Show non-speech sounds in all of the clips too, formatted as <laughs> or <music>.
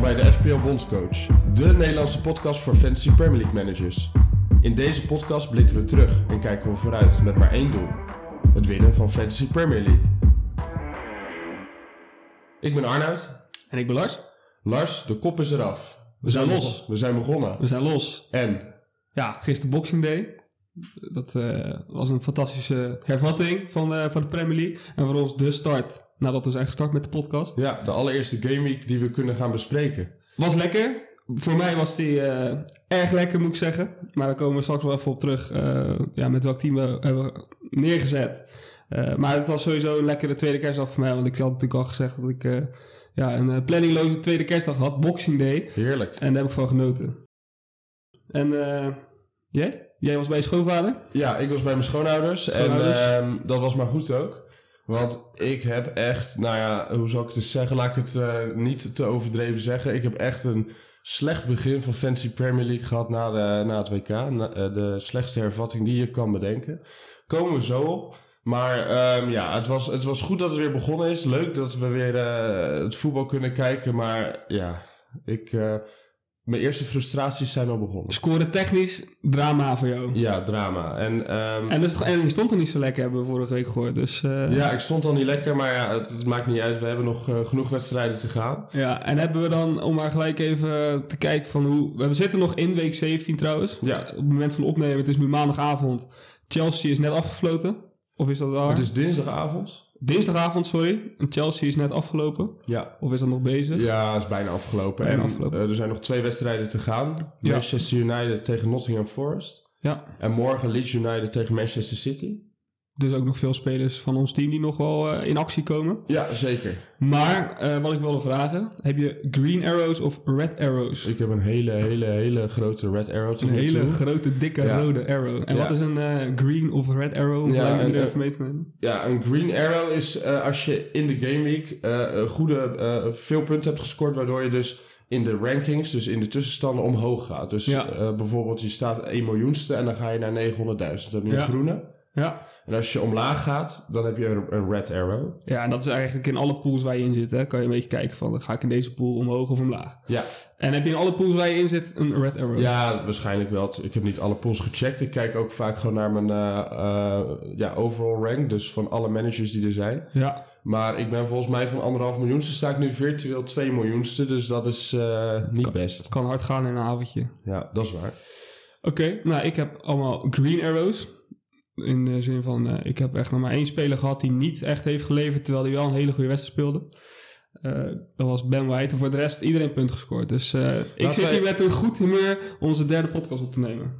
bij de FPL Bondscoach, de Nederlandse podcast voor Fantasy Premier League managers. In deze podcast blikken we terug en kijken we vooruit met maar één doel: het winnen van Fantasy Premier League. Ik ben Arnoud. En ik ben Lars. Lars, de kop is eraf. We zijn los. We zijn begonnen. We zijn los. En Ja, gisteren Boxing Day. Dat eh, was een fantastische hervatting van, eh, van de Premier League. En voor ons de start, nadat we zijn gestart met de podcast. ja, de allereerste gameweek die we kunnen gaan bespreken. Was lekker. Voor mij was die eh, erg lekker, moet ik zeggen. Maar daar komen we straks wel even op terug. eh, ja, met welk team we hebben neergezet. Eh, maar het was sowieso een lekkere tweede kerstdag voor mij. Want ik had natuurlijk al gezegd dat ik eh, ja, een eh, planningloze tweede kerstdag had. Boxing Day. Heerlijk. En daar heb ik van genoten. En eh, jij? Jij was bij je schoonvader? Ja, ik was bij mijn schoonouders. Schoonouders. En ehm, dat was maar goed ook. Want ik heb echt, nou ja, hoe zal ik het eens zeggen? Laat ik het eh, niet te overdreven zeggen. Ik heb echt een slecht begin van Fancy Premier League gehad na, de, na het WK. Na- eh, de slechtste hervatting die je kan bedenken. Komen we zo op. Maar ehm, ja, het was, het was goed dat het weer begonnen is. Leuk dat we weer eh, het voetbal kunnen kijken. Maar ja, ik, eh, mijn eerste frustraties zijn al begonnen. Scoren technisch, drama voor jou. Ja, drama. En, ehm, En, dat is toch, en die stond er niet zo lekker, hebben we vorige week gehoord. Dus eh, ja. Ja, ik stond al niet lekker, maar ja, het, het maakt niet uit. We hebben nog eh, genoeg wedstrijden te gaan. en hebben we dan, om maar gelijk even te kijken van hoe... We zitten nog in week 17 trouwens. Ja. Op het moment van opnemen, het is nu maandagavond. Chelsea is net afgefloten. Of is dat waar? Het is dinsdagavond. Dinsdagavond, sorry. En Chelsea is net afgelopen. Ja. Of is dat nog bezig? Ja, het is bijna afgelopen. Bijna en afgelopen. eh, er zijn nog twee wedstrijden te gaan. Ja. Manchester United tegen Nottingham Forest. ja. En morgen Leeds United tegen Manchester City. Dus ook nog veel spelers van ons team die nog wel eh, in actie komen. Ja, zeker. Maar eh, wat ik wilde vragen, heb je green arrows of red arrows? Ik heb een hele, hele, hele grote Red Arrow tot Een nu toe. hele grote, dikke Ja. rode arrow. En Ja. wat is een eh, green of red arrow? Om Ja, gelijk en, iedereen eh, even mee te nemen. Ja, een green arrow is eh, als je in de gameweek eh, een goede, eh, veel punten hebt gescoord, waardoor je dus in de rankings, dus in de tussenstanden, omhoog gaat. Dus Ja. eh, bijvoorbeeld, je staat 1 miljoenste en dan ga je naar 900.000. Dan heb je een Ja. groene. Ja. En als je omlaag gaat, dan heb je een, een red arrow. ja, en dat is eigenlijk in alle pools waar je in zit. Hè, kan je een beetje kijken van, dan ga ik in deze pool omhoog of omlaag. Ja, En heb je in alle pools waar je in zit een red arrow? ja waarschijnlijk wel. Ik heb niet alle pools gecheckt. Ik kijk ook vaak gewoon naar mijn eh, eh, ja, overall rank, dus van alle managers die er zijn. Ja, Maar ik ben volgens mij van anderhalf miljoenste sta ik nu virtueel 2 miljoenste, dus dat is eh, niet best. het kan hard gaan in een avondje. Ja, dat is waar. Oké, nou ik heb allemaal green arrows. In de zin van, eh, ik heb echt nog maar één speler gehad die niet echt heeft geleverd, terwijl hij wel een hele goede wedstrijd speelde. Eh, dat was Ben White. En voor de rest iedereen punt gescoord. Dus eh, ik Laten zit wij- hier met een goed humeur onze derde podcast op te nemen.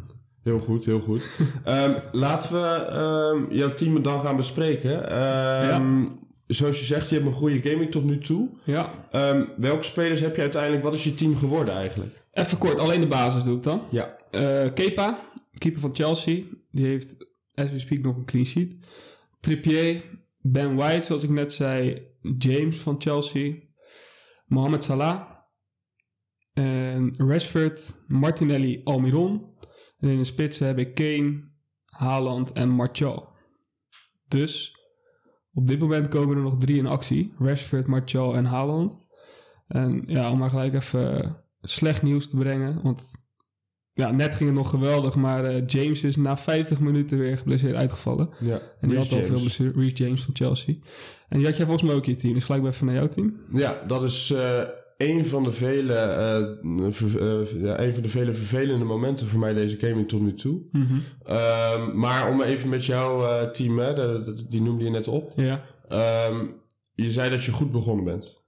Heel goed, heel <laughs> goed. Ehm, laten we ehm, jouw team dan gaan bespreken. Ehm, Zoals je zegt, je hebt een goede gaming tot nu toe. Ja, Ehm, welke spelers heb je uiteindelijk? Wat is je team geworden eigenlijk? even kort, alleen de basis doe ik dan. Ja. Eh, Kepa, keeper van Chelsea, die heeft, as we speak, nog een clean sheet. Trippier, Ben White, zoals ik net zei, James van Chelsea, Mohamed Salah, en Rashford, Martinelli, Almiron. En in de spitsen heb ik Kane, Haaland en Martial. Dus op dit moment komen er nog drie in actie. Rashford, Martial en Haaland. En ja, om maar gelijk even slecht nieuws te brengen, want ja, net ging het nog geweldig, maar eh, James is na 50 minuten weer geblesseerd uitgevallen. ja. En die Reece had al veel James. blessure. Reece James van Chelsea. En die had jij volgens mij ook in je team. Dus gelijk maar even naar jouw team. Ja, dat is eh een van de vele, eh, ver- eh, ja, een van de vele vervelende momenten voor mij deze gaming tot nu toe. Ehm, maar om even met jouw eh, team, hè, de- de- die noemde je net op. Ja. Ehm, je zei dat je goed begonnen bent.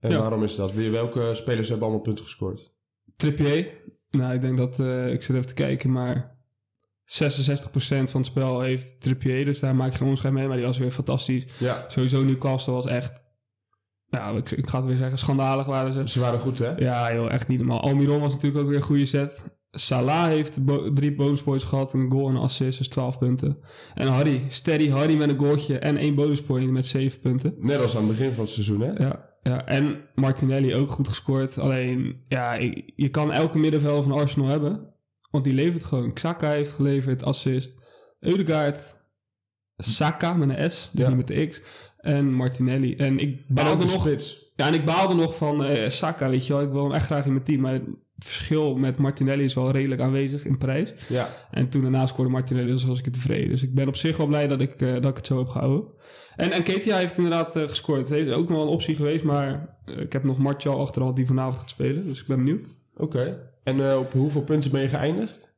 En Ja. waarom is dat? Wie- Welke spelers hebben allemaal punten gescoord? Trippier. Nou, ik denk dat... eh, ik zit even te kijken, maar... 66% van het spel heeft Trippier. Dus daar maak ik geen onderscheid mee. Maar die was weer fantastisch. Ja, Sowieso Newcastle was echt... Nou, ik, ik ga het weer zeggen. Schandalig waren ze. Dus ze waren goed, hè? Ja, joh, echt niet normaal. Almiron was natuurlijk ook weer een goede set. Salah heeft bo- drie bonuspoints gehad. Een goal en een assist, dus 12 punten. En Harry, steady Harry met een goaltje en één bonuspoint met 7 punten. Net als aan het begin van het seizoen, hè? Ja, ja, en Martinelli ook goed gescoord. Alleen, ja, je- je kan elke middenvelder van Arsenal hebben. Want die levert gewoon. Xhaka heeft geleverd, assist. Eudegaard, Saka met een S, dus Ja. niet met de X. En Martinelli. En ik En baalde ook de nog spits. Ja, en ik baalde nog van eh Saka, weet je wel. Ik wil hem echt graag in mijn team. Maar het verschil met Martinelli is wel redelijk aanwezig in prijs. Ja, En toen daarna scoorde Martinelli, dus was ik tevreden. Dus ik ben op zich wel blij dat ik, eh, dat ik het zo heb gehouden. En, en Ketia heeft inderdaad eh, gescoord. Het heeft ook nog wel een optie geweest, maar eh, ik heb nog Martial achterhand die vanavond gaat spelen. Dus ik ben benieuwd. oké. En eh, op hoeveel punten ben je geëindigd?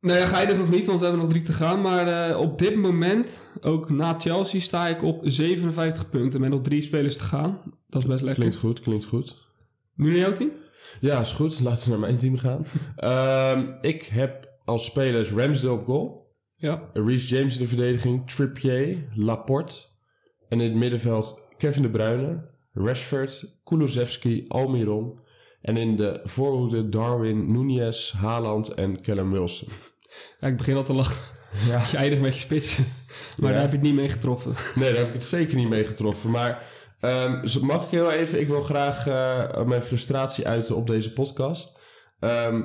Nee, geëindigd nog niet, want we hebben nog drie te gaan. Maar eh, op dit moment, ook na Chelsea, sta ik op 57 punten. Met nog drie spelers te gaan. Dat is best lekker. Klinkt goed, klinkt goed. Nu naar jouw team? Ja, is goed. Laten we naar mijn team gaan. <laughs> Ehm, ik heb als spelers Ramsdale op goal. Ja. Reece James in de verdediging. Trippier. Laporte. En in het middenveld Kevin De Bruyne. Rashford. Kulusevski. Almiron. En in de voorhoede Darwin, Nunez, Haaland en Callum Wilson. <laughs> Ik begin al te lachen. Ja. <laughs> Je eindigt met je spitsen. Maar Ja. daar heb je het niet mee getroffen. <laughs> Nee, daar heb ik het zeker niet mee getroffen. Maar ehm, z- mag ik heel even... Ik wil graag eh, mijn frustratie uiten op deze podcast. Ehm,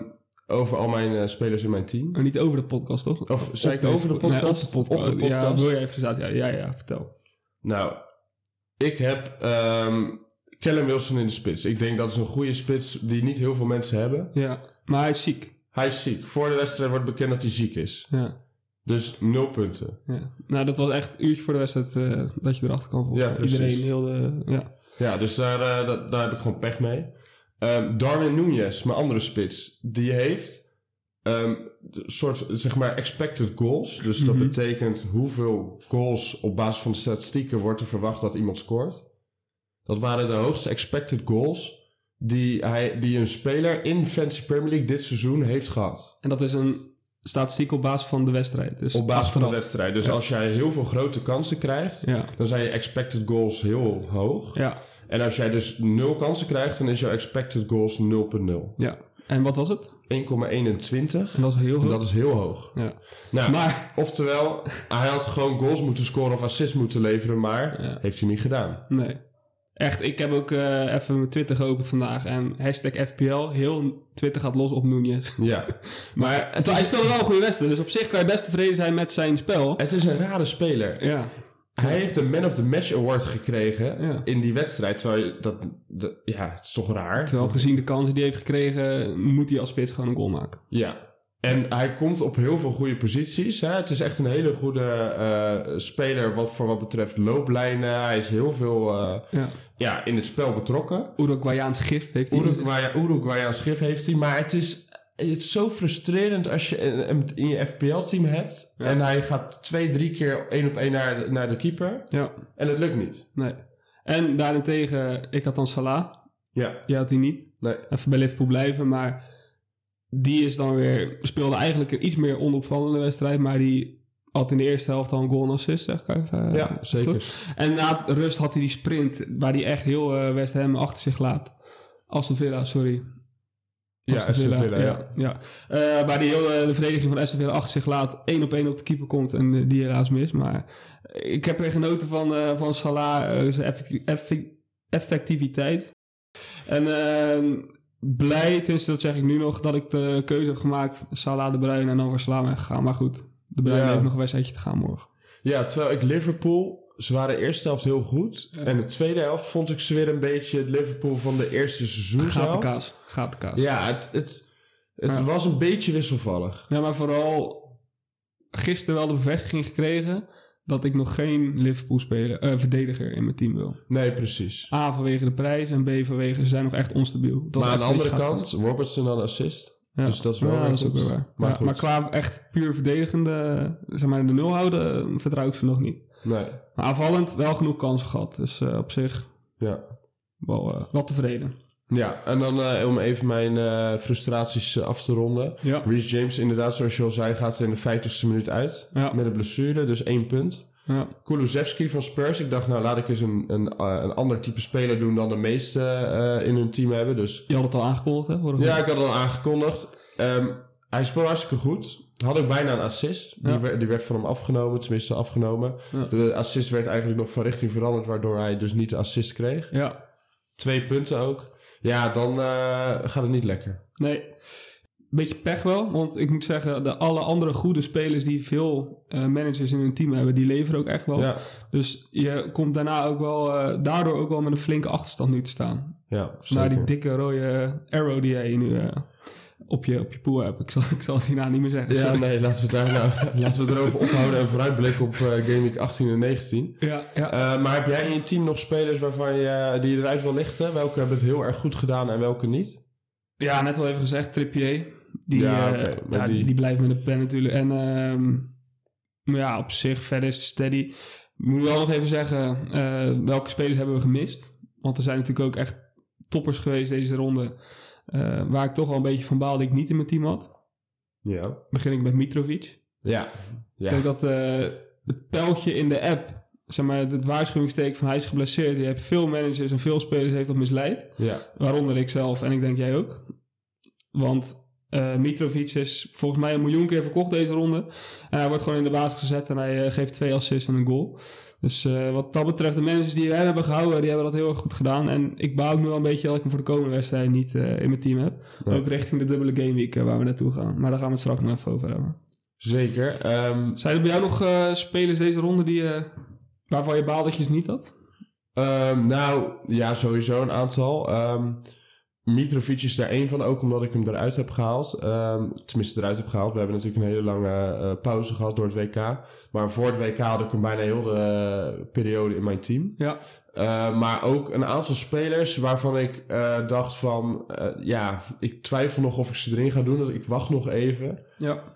over al mijn eh, spelers in mijn team. Maar niet over de podcast, toch? Of zei ik Op over de deze- nee, podcast? dus- op de podcast. Op de Ja, podcast. wil je even zaten? Ja, ja, ja, vertel. Nou, ik heb ehm Callum Wilson in de spits. Ik denk dat is een goede spits die niet heel veel mensen hebben. Ja, maar hij is ziek. Hij is ziek. Voor de wedstrijd wordt bekend dat hij ziek is. Ja, Dus nul punten. ja. Nou, dat was echt een uurtje voor de wedstrijd eh, dat je erachter kwam. volgens Ja, mij. precies. Iedereen heel de... Ja. Ja, dus daar, eh, da- daar heb ik gewoon pech mee. Ehm, Darwin Nunez, mijn andere spits, die heeft ehm, een soort, zeg maar, expected goals. Dus dat Mhm. betekent hoeveel goals op basis van de statistieken wordt er verwacht dat iemand scoort. Dat waren de hoogste expected goals die, hij, die een speler in Fantasy Premier League dit seizoen heeft gehad. En dat is een statistiek op basis van de wedstrijd. Dus Op basis van de achteraf. wedstrijd. Dus als jij heel veel grote kansen krijgt, Ja. dan zijn je expected goals heel hoog. Ja, En als jij dus 0 kansen krijgt, dan is jouw expected goals 0.0. 1,21. ja. En wat was het? En dat is heel hoog. Dat is heel hoog. Ja. Nou, Maar, oftewel, hij had gewoon goals moeten scoren of assists moeten leveren, maar Ja. heeft hij niet gedaan. nee. Echt, ik heb ook eh, even mijn Twitter geopend vandaag. En hashtag FPL, heel Twitter gaat los op Nunez. <laughs> Ja. Maar het- hij speelde wel een goede wedstrijd. Dus op zich kan je best tevreden zijn met zijn spel. Het is een rare speler. Ja. Hij heeft een Man of the Match award gekregen Ja. in die wedstrijd. Terwijl je dat, dat- ja, het is toch raar. Terwijl gezien de kansen die hij heeft gekregen, moet hij als spits gewoon een goal maken. Ja. En hij komt op heel veel goede posities. Hè. Het is echt een hele goede eh, speler wat, voor wat betreft looplijnen. Hij is heel veel eh, Ja. ja, in het spel betrokken. Uruguayaans gif heeft hij. Uruguay, Uruguay als gif heeft hij. Maar het is, het is zo frustrerend als je hem in je FPL-team hebt. Ja. En hij gaat twee, drie keer één op één naar, de- naar de keeper. Ja, En het lukt niet. nee. En daarentegen, ik had dan Salah. Ja. Jij had die niet. Nee. Even bij Liverpool blijven, maar die is dan weer, speelde eigenlijk een iets meer onopvallende wedstrijd, maar die had in de eerste helft al een goal en assist, zeg ik even. Ja, Goed. zeker. En na rust had hij die sprint, waar hij echt heel eh, West Ham achter zich laat. Aston Villa, sorry. Ja, Aston Aston Villa, ja. ja. ja. Eh, waar die hele de verdediging van Aston Villa achter zich laat. één op één op de keeper komt en eh, die helaas mis. Maar ik heb weer genoten van, eh, van Salah, eh, zijn effecti- effi- effectiviteit. En eh, blij, tenminste dat zeg ik nu nog, dat ik de keuze heb gemaakt. Salah, De Bruyne en dan voor Salah ben gegaan. Maar goed, De Bruyne Ja. heeft nog een wedstrijdje te gaan morgen. Ja, terwijl ik Liverpool... Ze waren de eerste helft heel goed. En de tweede helft vond ik ze weer een beetje het Liverpool van de eerste Gaat de seizoenshelft. kaas, gaat de kaas. Ja, het, het, het Ja. was een beetje wisselvallig. Ja, maar vooral gisteren wel de bevestiging gekregen dat ik nog geen Liverpool speler, eh, verdediger in mijn team wil. Nee, precies. A vanwege de prijs en B vanwege ze zijn nog echt onstabiel. Dat is maar aan de echt andere een beetje kant, Robertson dan assist. gaaf. dus dat is wel ja, weer dat is goed. ook weer waar. Maar Maar, ja, goed. maar qua echt puur verdedigende, zeg maar de nul houden, eh, vertrouw ik ze nog niet. Nee, Maar aanvallend wel genoeg kansen gehad. Dus eh, op zich ja. wel, eh, wel tevreden. Ja, en dan eh, om even mijn eh, frustraties eh, af te ronden. Ja. Reece James, inderdaad, zoals je al zei, gaat er in de 50ste minuut uit. Ja. Met een blessure, dus één punt. Ja. Kulusevski van Spurs. Ik dacht, nou laat ik eens een, een, eh, een ander type speler doen dan de meeste eh, in hun team hebben. Dus Je had het al aangekondigd, hè? vorige ja, week. ik had al aangekondigd. Ehm, hij speelde hartstikke goed. Had ook bijna een assist. Die, Ja. werd, die werd van hem afgenomen, tenminste afgenomen. Ja. De assist werd eigenlijk nog van richting veranderd, waardoor hij dus niet de assist kreeg. ja. Twee punten ook. Ja, dan eh, gaat het niet lekker. Nee. beetje pech wel. Want ik moet zeggen, de alle andere goede spelers die veel eh, managers in hun team hebben, die leveren ook echt wel. Ja, Dus je komt daarna ook wel, eh, daardoor ook wel met een flinke achterstand nu te staan. ja Na die zeker. dikke rode arrow die jij nu eh, op, je, op je pool hebt. Ik zal, ik zal het hierna niet meer zeggen. Ja, sorry. nee, laten we, het daar <laughs> nou, laten we het erover ophouden en vooruitblikken op eh, Game Week 18 en 19. ja, ja. Eh, maar heb jij in je team nog spelers waarvan je, eh, die je eruit wil lichten? Welke hebben het heel erg goed gedaan en welke niet? Ja, net al even gezegd, Trippier. Die, Ja, ja, oké, maar ja, die- die... die blijft met de pen natuurlijk. En ehm, maar ja, op zich verder is het steady. Moet wel nog even zeggen, eh, welke spelers hebben we gemist? Want er zijn natuurlijk ook echt toppers geweest deze ronde. eh, waar ik toch wel een beetje van baalde die ik niet in mijn team had. Ja. Begin ik met Mitrovic. Ja. Ik Ja. denk dat eh, het pijltje in de app, zeg maar, het waarschuwingsteken van hij is geblesseerd. Die heeft veel managers en veel spelers heeft dat misleid. Ja. Waaronder ik zelf en ik denk jij ook. Want eh, Mitrovic is volgens mij een miljoen keer verkocht deze ronde. En hij wordt gewoon in de basis gezet en hij eh, geeft twee assists en een goal. Dus eh, wat dat betreft, de mensen die wij hebben gehouden, die hebben dat heel erg goed gedaan. En ik bouw ook nu wel een beetje dat ik hem voor de komende wedstrijd niet eh, in mijn team heb. Nee. Ook richting de dubbele gameweek eh, waar we naartoe gaan. Maar daar gaan we het straks nog even over hebben. Zeker. Ehm, Zijn er bij jou nog eh, spelers deze ronde die, eh, waarvan je baal dat je ze niet had? ehm, nou, ja, sowieso een aantal. Ehm, Mitrovic is daar één van, ook omdat ik hem eruit heb gehaald. Ehm, tenminste, eruit heb gehaald. We hebben natuurlijk een hele lange eh, pauze gehad door het WK. Maar voor het WK had ik hem bijna heel de eh, periode in mijn team. Ja, Uh, maar ook een aantal spelers waarvan ik eh, dacht van... eh, ja, ik twijfel nog of ik ze erin ga doen. Dus ik wacht nog even. ja.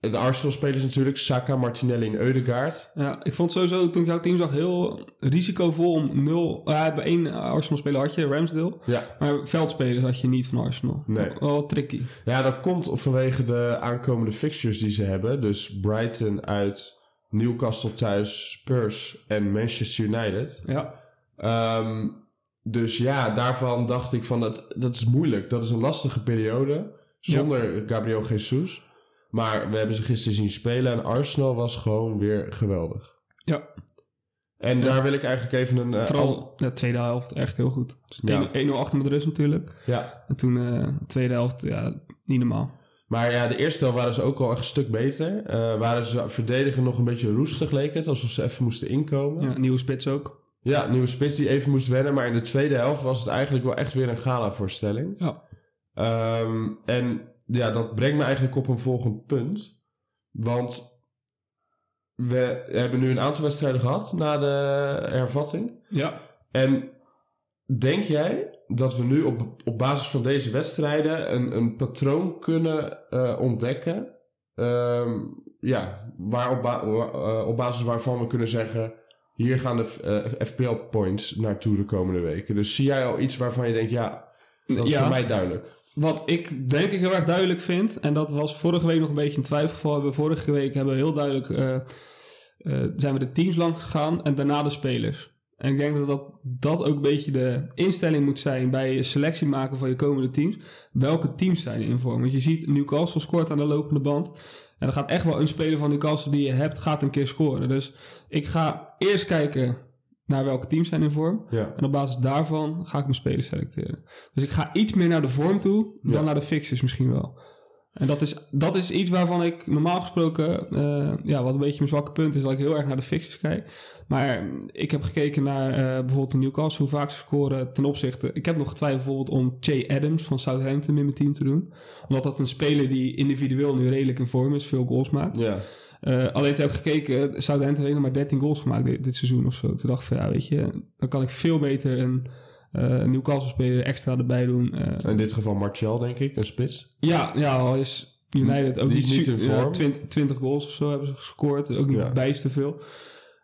De Arsenal-spelers natuurlijk. Saka, Martinelli en Eudegaard. Ja, ik vond sowieso toen ik jouw team zag heel risicovol om nul... ja bij één Arsenal-speler had je, Ramsdale. Ja. Maar veldspelers had je niet van Arsenal. Nee. Wel tricky. ja, dat komt vanwege de aankomende fixtures die ze hebben. Dus Brighton uit, Newcastle thuis, Spurs en Manchester United. Ja. Ehm, dus ja, daarvan dacht ik van dat, dat is moeilijk. Dat is een lastige periode zonder Gabriel Jesus. Maar we hebben ze gisteren zien spelen en Arsenal was gewoon weer geweldig. Ja. En daar wil ik eigenlijk even een... eh, an- Vooral de tweede helft echt heel goed. Dus Ja. 1-0 achter met rust natuurlijk. ja. En toen eh, de tweede helft, ja, niet normaal. Maar ja, de eerste helft waren ze ook al echt een stuk beter. Eh, waren ze verdedigen nog een beetje roestig, leek het. Alsof ze even moesten inkomen. Ja. Ja, nieuwe spits ook. nieuwe spits die even moest wennen. Maar in de tweede helft was het eigenlijk wel echt weer een gala-voorstelling. Ja. Ehm, en ja, dat brengt me eigenlijk op een volgend punt. Want we hebben nu een aantal wedstrijden gehad na de hervatting. Ja. En denk jij dat we nu op, op basis van deze wedstrijden een, een patroon kunnen eh, ontdekken? Ehm, ja, waar op, ba- wa- eh, op basis waarvan we kunnen zeggen... hier gaan de eh, FPL-points naartoe de komende weken. Dus zie jij al iets waarvan je denkt, ja, dat is Ja. voor mij duidelijk. Wat ik denk ik heel erg duidelijk vind, en dat was vorige week nog een beetje een twijfelgeval. Hebben we vorige week hebben we heel duidelijk eh, eh, zijn we de teams lang gegaan en daarna de spelers. En ik denk dat, dat dat ook een beetje de instelling moet zijn bij je selectie maken van je komende teams. Welke teams zijn in vorm? Want je ziet Newcastle scoort aan de lopende band. En er gaat echt wel een speler van Newcastle die je hebt, gaat een keer scoren. Dus ik ga eerst kijken naar welke teams zijn in vorm. Ja. En op basis daarvan ga ik mijn spelers selecteren. Dus ik ga iets meer naar de vorm toe dan Ja. naar de fixes misschien wel. En dat is, dat is iets waarvan ik normaal gesproken, eh, ja, wat een beetje mijn zwakke punt is, dat ik heel erg naar de fixes kijk. Maar mm, ik heb gekeken naar eh, bijvoorbeeld de Newcastle, hoe vaak ze scoren ten opzichte. Ik heb nog getwijfeld bijvoorbeeld om Che Adams van Southampton in mijn team te doen. Omdat dat een speler die individueel nu redelijk in vorm is, veel goals maakt. Ja. Eh, alleen toen heb ik gekeken, eh, Southampton heeft nog maar 13 goals gemaakt dit, dit seizoen of zo. Toen dacht ik van ja, weet je, dan kan ik veel beter een eh Newcastle-speler extra erbij doen. Eh, In dit geval Martial, denk ik, een spits. ja, ja, al is United ook Die niet, is niet su- in ja, vorm. 20, 20 goals of zo hebben ze gescoord, ook niet Ja. bijster veel.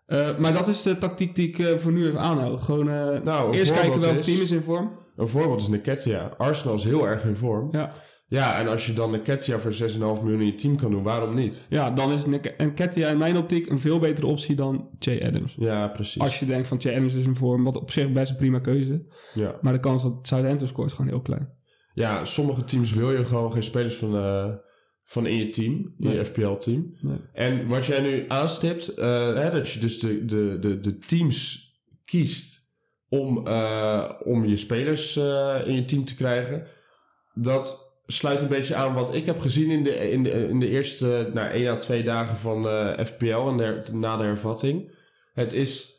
Eh, maar dat is de tactiek die ik eh, voor nu even aanhoud. Gewoon eh, Nou, een eerst kijken voorbeeld welk is- team is in vorm. Een voorbeeld is Niketia. Arsenal is heel erg in vorm. Ja, Ja, en als je dan Niketia voor 6,5 miljoen in je team kan doen, waarom niet? ja dan is Nek- en Ketia in mijn optiek een veel betere optie dan Che Adams. Ja, precies. Als je denkt van Che Adams is in vorm, wat op zich best een prima keuze is. Ja. Maar de kans dat Southampton scoort is gewoon heel klein. ja, sommige teams wil je gewoon geen spelers van, eh, van in je team, in je Nee. FPL-team. Nee. En wat jij nu aanstipt, eh, hè, dat je dus de, de, de, de teams kiest om, eh, om je spelers eh, in je team te krijgen, dat sluit een beetje aan wat ik heb gezien in de, in de, in de eerste nou, 1 à 2 dagen van eh, FPL en der- na de hervatting. Het is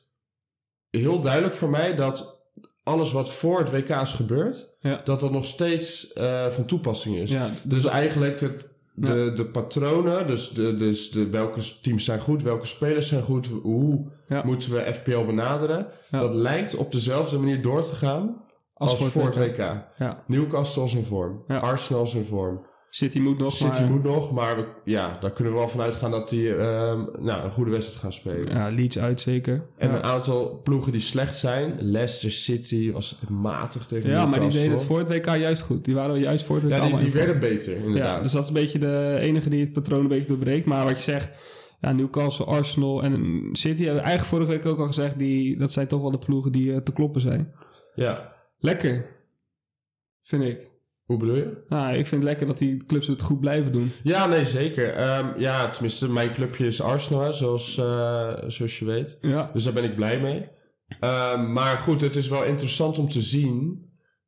heel duidelijk voor mij dat alles wat voor het WK is gebeurd, Ja. dat dat nog steeds eh, van toepassing is. Ja, Dus eigenlijk het, de, de patronen, dus, de, dus de, welke teams zijn goed, welke spelers zijn goed, hoe Ja. moeten we FPL benaderen. Ja. Dat lijkt op dezelfde manier door te gaan als, voor het WK. Ja. Newcastle is in vorm, Ja. Arsenal is in vorm, City moet nog City maar... moet nog, maar we, ja, daar kunnen we wel van uitgaan dat die ehm, nou, een goede wedstrijd gaan spelen. Ja, Leeds uit zeker. En ja, een aantal ploegen die slecht zijn. Leicester City was matig tegen Ja, maar die Newcastle. deden het voor het WK juist goed. Die waren juist voor het WK Ja, die, allemaal die in vorm. werden beter, inderdaad. Ja, dus dat is een beetje de enige die het patroon een beetje doorbreekt. Maar wat je zegt, ja, Newcastle, Arsenal en City hebben we eigenlijk vorige week ook al gezegd, die, dat zijn toch wel de ploegen die eh, te kloppen zijn. ja. dus- Lekker, vind ik. Hoe bedoel je? Nou, ik vind het lekker dat die clubs het goed blijven doen. Ja, nee, zeker. Ehm, ja, tenminste, mijn clubje is Arsenal, hè, zoals, eh, zoals je weet. Ja, Dus daar ben ik blij mee. Ehm, maar goed, het is wel interessant om te zien.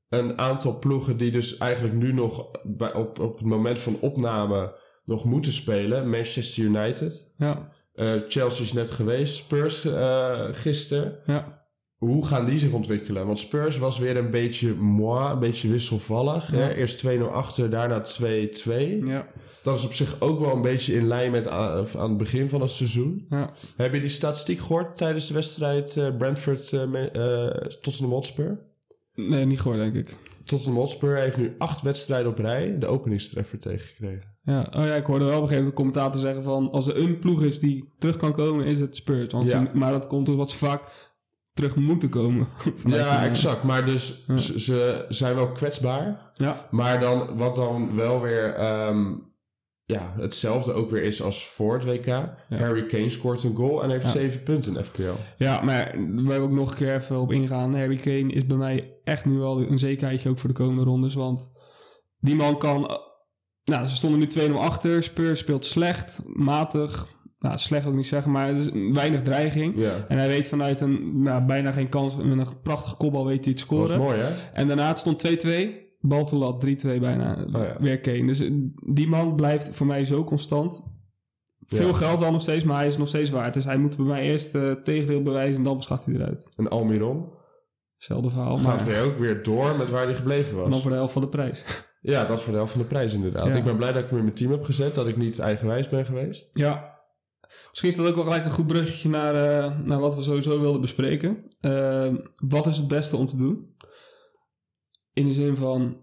Een aantal ploegen die dus eigenlijk nu nog bij, op, op het moment van opname nog moeten spelen. Manchester United. ja, eh, Chelsea is net geweest. Spurs eh gisteren. ja. Hoe gaan die zich ontwikkelen? Want Spurs was weer een beetje moi, een beetje wisselvallig. Hè? Ja. Eerst 2-0 achter, daarna 2-2. ja, Dat is op zich ook wel een beetje in lijn met aan, aan het begin van het seizoen. ja. Heb je die statistiek gehoord tijdens de wedstrijd eh, Brentford eh, me- eh, Tottenham Hotspur? Nee, niet gehoord, denk ik. Tottenham Hotspur heeft nu acht wedstrijden op rij de openingstreffer tegengekregen. Ja. Oh ja, ik hoorde wel op een gegeven moment de commentator zeggen van... als er een ploeg is die terug kan komen, is het Spurs. Want Ja. ze- maar dat komt omdat ze vaak terug moeten komen. <laughs> Vanuit ja, een, eh, exact. Maar dus ze, ze zijn wel kwetsbaar. Ja, Maar dan, wat dan wel weer ehm, ja, hetzelfde ook weer is als voor het WK. Harry Kane scoort een goal en heeft zeven punten in FPL. ja maar waar we ook nog een keer even op ingaan... Harry Kane is bij mij echt nu al een zekerheidje ook voor de komende rondes. Want die man kan... Nou, ze stonden nu 2-0 achter. Spurs speelt slecht, matig. Nou, slecht ook niet zeggen, maar het is weinig dreiging. Ja, En hij weet vanuit een nou, bijna geen kans... met een prachtige kopbal weet hij het dat was scoren. mooi hè? En daarna het stond 2-2. Bal op de lat, 3-2 bijna. ja. Weer Kane. Dus eh, die man blijft voor mij zo constant. Veel Ja. geld al nog steeds, maar hij is nog steeds waard. Dus hij moet bij mij eerst eh tegendeel bewijzen en dan beschaft hij eruit. En Almiron Hetzelfde verhaal, gaat maar weer ook weer door met waar hij gebleven was. dan voor de helft van de prijs. Ja, dat is voor de helft van de prijs inderdaad. Ja. Ik ben blij dat ik hem in mijn team heb gezet, dat ik niet eigenwijs ben geweest. <laughs> ja. Misschien is dat ook wel gelijk een goed bruggetje naar, eh, naar wat we sowieso wilden bespreken. Eh, wat is het beste om te doen? In de zin van,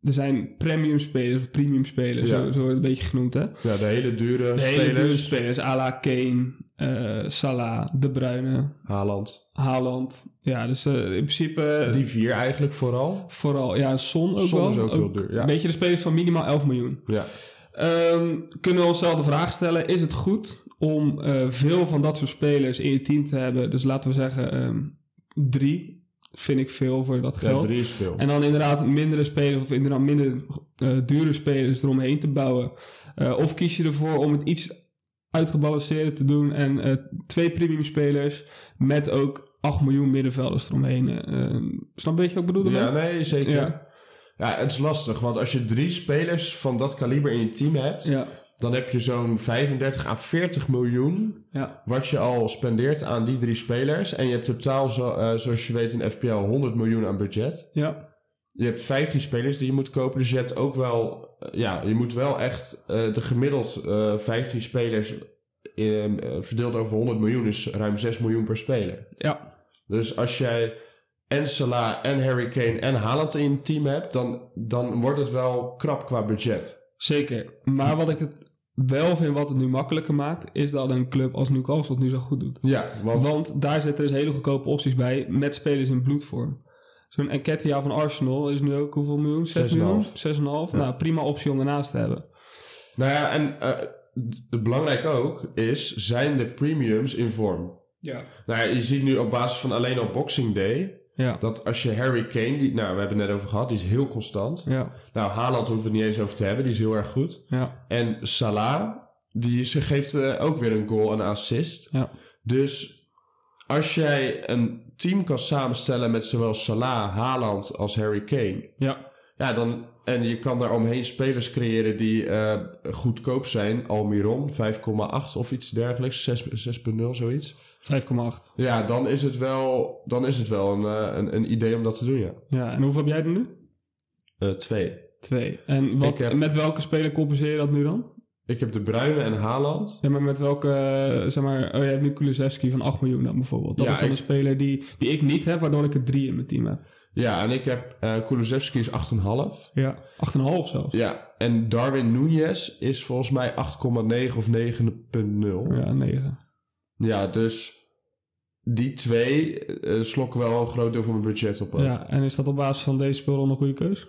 er zijn premium spelers of premium spelers, Ja. zo, zo wordt het een beetje genoemd hè. Ja, de hele dure De hele dus- spelers. dure spelers, à la Kane, eh, Salah, De Bruyne, Haaland. Haaland. Ja, dus eh, in principe eh, Die vier eigenlijk vooral. vooral, ja, Son ook Son wel. is ook heel duur, ja. Een beetje de spelers van minimaal 11 miljoen. Ja. Ehm, kunnen we onszelf de vraag stellen, is het goed om eh, veel van dat soort spelers in je team te hebben? Dus laten we zeggen ehm, drie, vind ik veel voor dat ja, geld. drie is veel. En dan inderdaad mindere spelers of inderdaad minder eh, dure spelers eromheen te bouwen. Eh, of kies je ervoor om het iets uitgebalanceerder te doen en eh, twee premium spelers met ook 8 miljoen middenvelders eromheen. eh, eh, snap je wat ik bedoel? Ja, daarmee? nee, zeker. Ja. Ja. het is lastig, want als je drie spelers van dat kaliber in je team hebt, ja, dan heb je zo'n 35 à 40 miljoen ja, wat je al spendeert aan die drie spelers. En je hebt totaal, zo, eh, zoals je weet in FPL, 100 miljoen aan budget. ja, Je hebt 15 spelers die je moet kopen, dus je hebt ook wel, eh, ja, je moet wel echt eh, de gemiddeld eh 15 spelers eh, eh, verdeeld over 100 miljoen is ruim 6 miljoen per speler. ja, Dus als jij en Salah en Harry Kane en Haaland in je team hebt, dan, dan wordt het wel krap qua budget. zeker. Maar wat ik het wel vind wat het nu makkelijker maakt, is dat een club als Newcastle het nu zo goed doet. Ja, want, Want daar zitten dus hele goedkope opties bij met spelers in bloedvorm. Zo'n Enketia van Arsenal is nu ook hoeveel miljoen? 6 6,5. miljoen? 6,5. Nou, prima optie om daarnaast te hebben. nou ja, en eh, d- belangrijk ook is, zijn de premiums in vorm? Ja. Nou ja, je ziet nu op basis van alleen al Boxing Day, Ja. dat als je Harry Kane, die, nou we hebben het net over gehad, die is heel constant. Ja. Nou, Haaland hoeven we het niet eens over te hebben, die is heel erg goed. Ja. En Salah, die is- geeft eh, ook weer een goal en een assist. Ja. Dus als jij een team kan samenstellen met zowel Salah, Haaland als Harry Kane, Ja. ja, dan En je kan daar omheen spelers creëren die eh, goedkoop zijn. Almiron, 5,8 of iets dergelijks. 6, 6,0, zoiets. 5,8. Ja, dan is het wel, dan is het wel een, eh, een, een idee om dat te doen, ja. Ja, en hoeveel heb jij er nu? Eh, twee. Twee. En wat, Ik heb- met welke speler compenseer je dat nu dan? Ik heb De Bruyne en Haaland. Ja, maar met welke, eh, zeg maar, oh, je hebt nu Kulusevski van 8 miljoen dan bijvoorbeeld. Dat Ja, is dan ik- een speler die, die ik niet heb, waardoor ik er drie in mijn team heb. Ja, en ik heb eh Kulusevski is 8,5. Ja. 8,5 zelfs. Ja, en Darwin Núñez is volgens mij 8,9 of 9,0. Ja, 9. Ja, dus die twee eh, slokken wel een groot deel van mijn budget op. eh. Ja, en is dat op basis van deze speelronde een goede keus?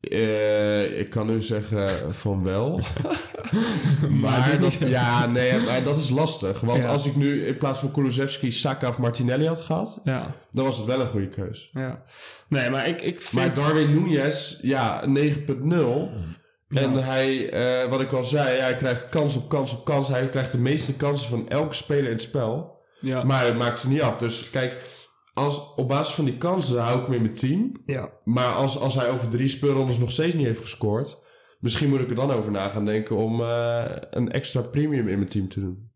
Eh, ik kan nu zeggen eh, van <laughs> wel. <laughs> dat is maar niet dat, zo. ja, nee, maar dat is lastig. Want Ja. als ik nu in plaats van Kulusevski, Saka of Martinelli had gehad, Ja, dan was het wel een goede keus. ja. Nee, maar ik, ik vind... Maar Darwin Núñez, ja, 9.0. En hij, eh, wat ik al zei, hij krijgt kans op kans op kans. Hij krijgt de meeste kansen van elke speler in het spel. ja. Maar het maakt ze niet af. Dus kijk, als, op basis van die kansen hou ik hem in mijn team. ja. Maar als, als hij over drie speelrondes nog steeds niet heeft gescoord... misschien moet ik er dan over na gaan denken om eh, een extra premium in mijn team te doen.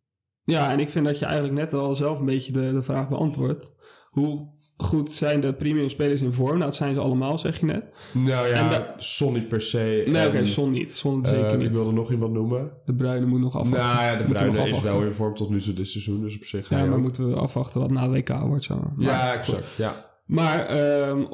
ja, en ik vind dat je eigenlijk net al zelf een beetje de, de vraag beantwoordt. Hoe goed zijn de premium spelers in vorm? Nou, dat zijn ze allemaal, zeg je net. Nou En ja, dat- Son niet per se. Nee, En, oké, Son niet. Son eh, zeker Ik niet. wilde nog iemand noemen. De Bruyne moet nog afwachten. nou ja, de Moeten we nog Bruyne is afwachten. wel in vorm tot nu toe dit seizoen. Dus op zich... Ja, hij maar ook. moeten we afwachten wat na WK wordt, zeg maar. Maar- ja exact. Ja. Maar ehm,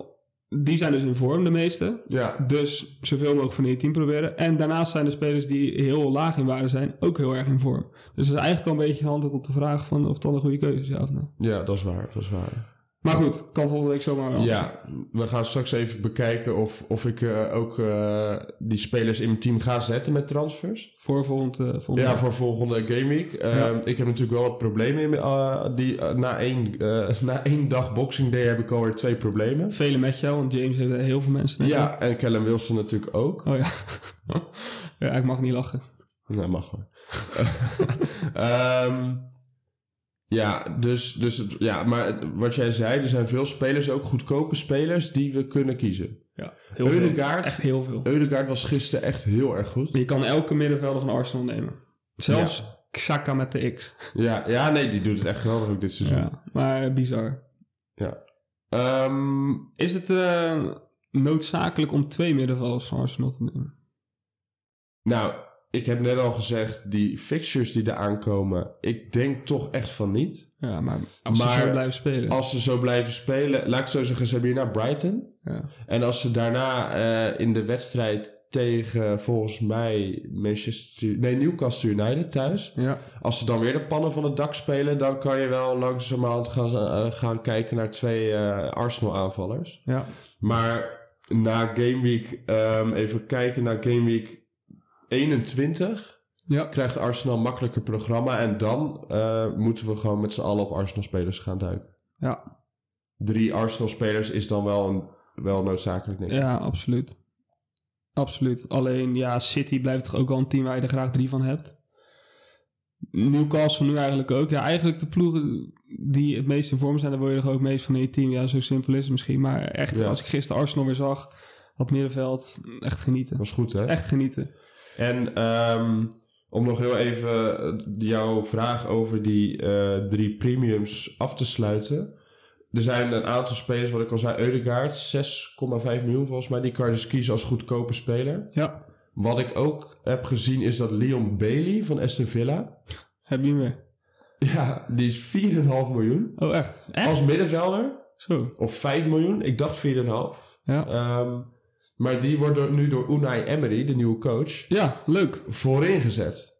die zijn dus in vorm, de meeste. Ja. Dus zoveel mogelijk van je team proberen. En daarnaast zijn de spelers die heel laag in waarde zijn ook heel erg in vorm. Dus dat is eigenlijk al een beetje een antwoord op de vraag van of het dan een goede keuze is, ja of nee. ja, dat is waar. Dat is waar. Maar goed, kan volgende week zomaar wel. Ja, we gaan straks even bekijken of, of ik eh, ook eh, die spelers in mijn team ga zetten met transfers. Voor volgend, eh, volgende Ja, week. voor volgende gameweek. Ehm, Ik heb natuurlijk wel wat problemen. In, mijn, eh, die, eh, na, één, eh, <laughs> na één dag Boxing Day heb ik alweer twee problemen. Velen met jou, want James heeft heel veel mensen. Ja, en Callum Wilson natuurlijk ook. Oh ja. <laughs> ja, ik mag niet lachen. Nou, mag hoor. <laughs> Ehm, ja, dus, dus het- ja, maar wat jij zei, er zijn veel spelers, ook goedkope spelers, die we kunnen kiezen. Ja, heel Echt Eudegaard, heel veel. Eudegaard was gisteren echt heel erg goed. Je kan elke middenvelder van Arsenal nemen. Zelfs Xhaka met de X. Ja, ja, nee, die doet het echt geweldig ook dit seizoen. Ja. Ja, maar eh, bizar. Ehm, Is het eh, noodzakelijk om twee middenvelders van Arsenal te nemen? Nou, ik heb net al gezegd, die fixtures die er aankomen, ik denk toch echt van niet. Ja, maar als ze Maar- zo blijven spelen. Als ze zo blijven spelen, laat ik zo zeggen, ze hebben hier naar Brighton. ja. En als ze daarna eh, in de wedstrijd tegen, volgens mij, Manchester, nee, Newcastle United thuis. ja. Als ze dan weer de pannen van het dak spelen, dan kan je wel langzamerhand gaan, eh, gaan kijken naar twee eh, Arsenal-aanvallers. ja. Maar na Gameweek, ehm, even kijken naar Gameweek 21. Ja. krijgt Arsenal een makkelijker programma. En dan eh, moeten we gewoon met z'n allen op Arsenal-spelers gaan duiken. Ja. Drie Arsenal-spelers is dan wel, een, wel noodzakelijk, denk ik. ja, absoluut. Absoluut. Alleen, ja, City blijft toch ook wel een team waar je er graag drie van hebt. Newcastle nu eigenlijk ook. Ja, eigenlijk de ploegen die het meest in vorm zijn, daar wil je er ook het meest van in je team. Ja, zo simpel is het misschien. Maar echt, Ja. als ik gisteren Arsenal weer zag, dat middenveld, echt genieten. was goed, hè? Echt genieten. En ehm, om nog heel even eh, jouw vraag over die eh, drie premiums af te sluiten. Er zijn een aantal spelers, wat ik al zei, Eudegaard, 6,5 miljoen volgens mij. Die kan je dus kiezen als goedkope speler. Ja, Wat ik ook heb gezien is dat Leon Bailey van Aston Villa... <laughs> heb je hem weer. Ja, die is 4,5 miljoen. Oh, echt? Echt? Als middenvelder, Zo. of 5 miljoen, ik dacht 4,5. Ja. Ehm, maar die wordt door- nu door Unai Emery, de nieuwe coach, Ja, leuk. Oké. voorin gezet.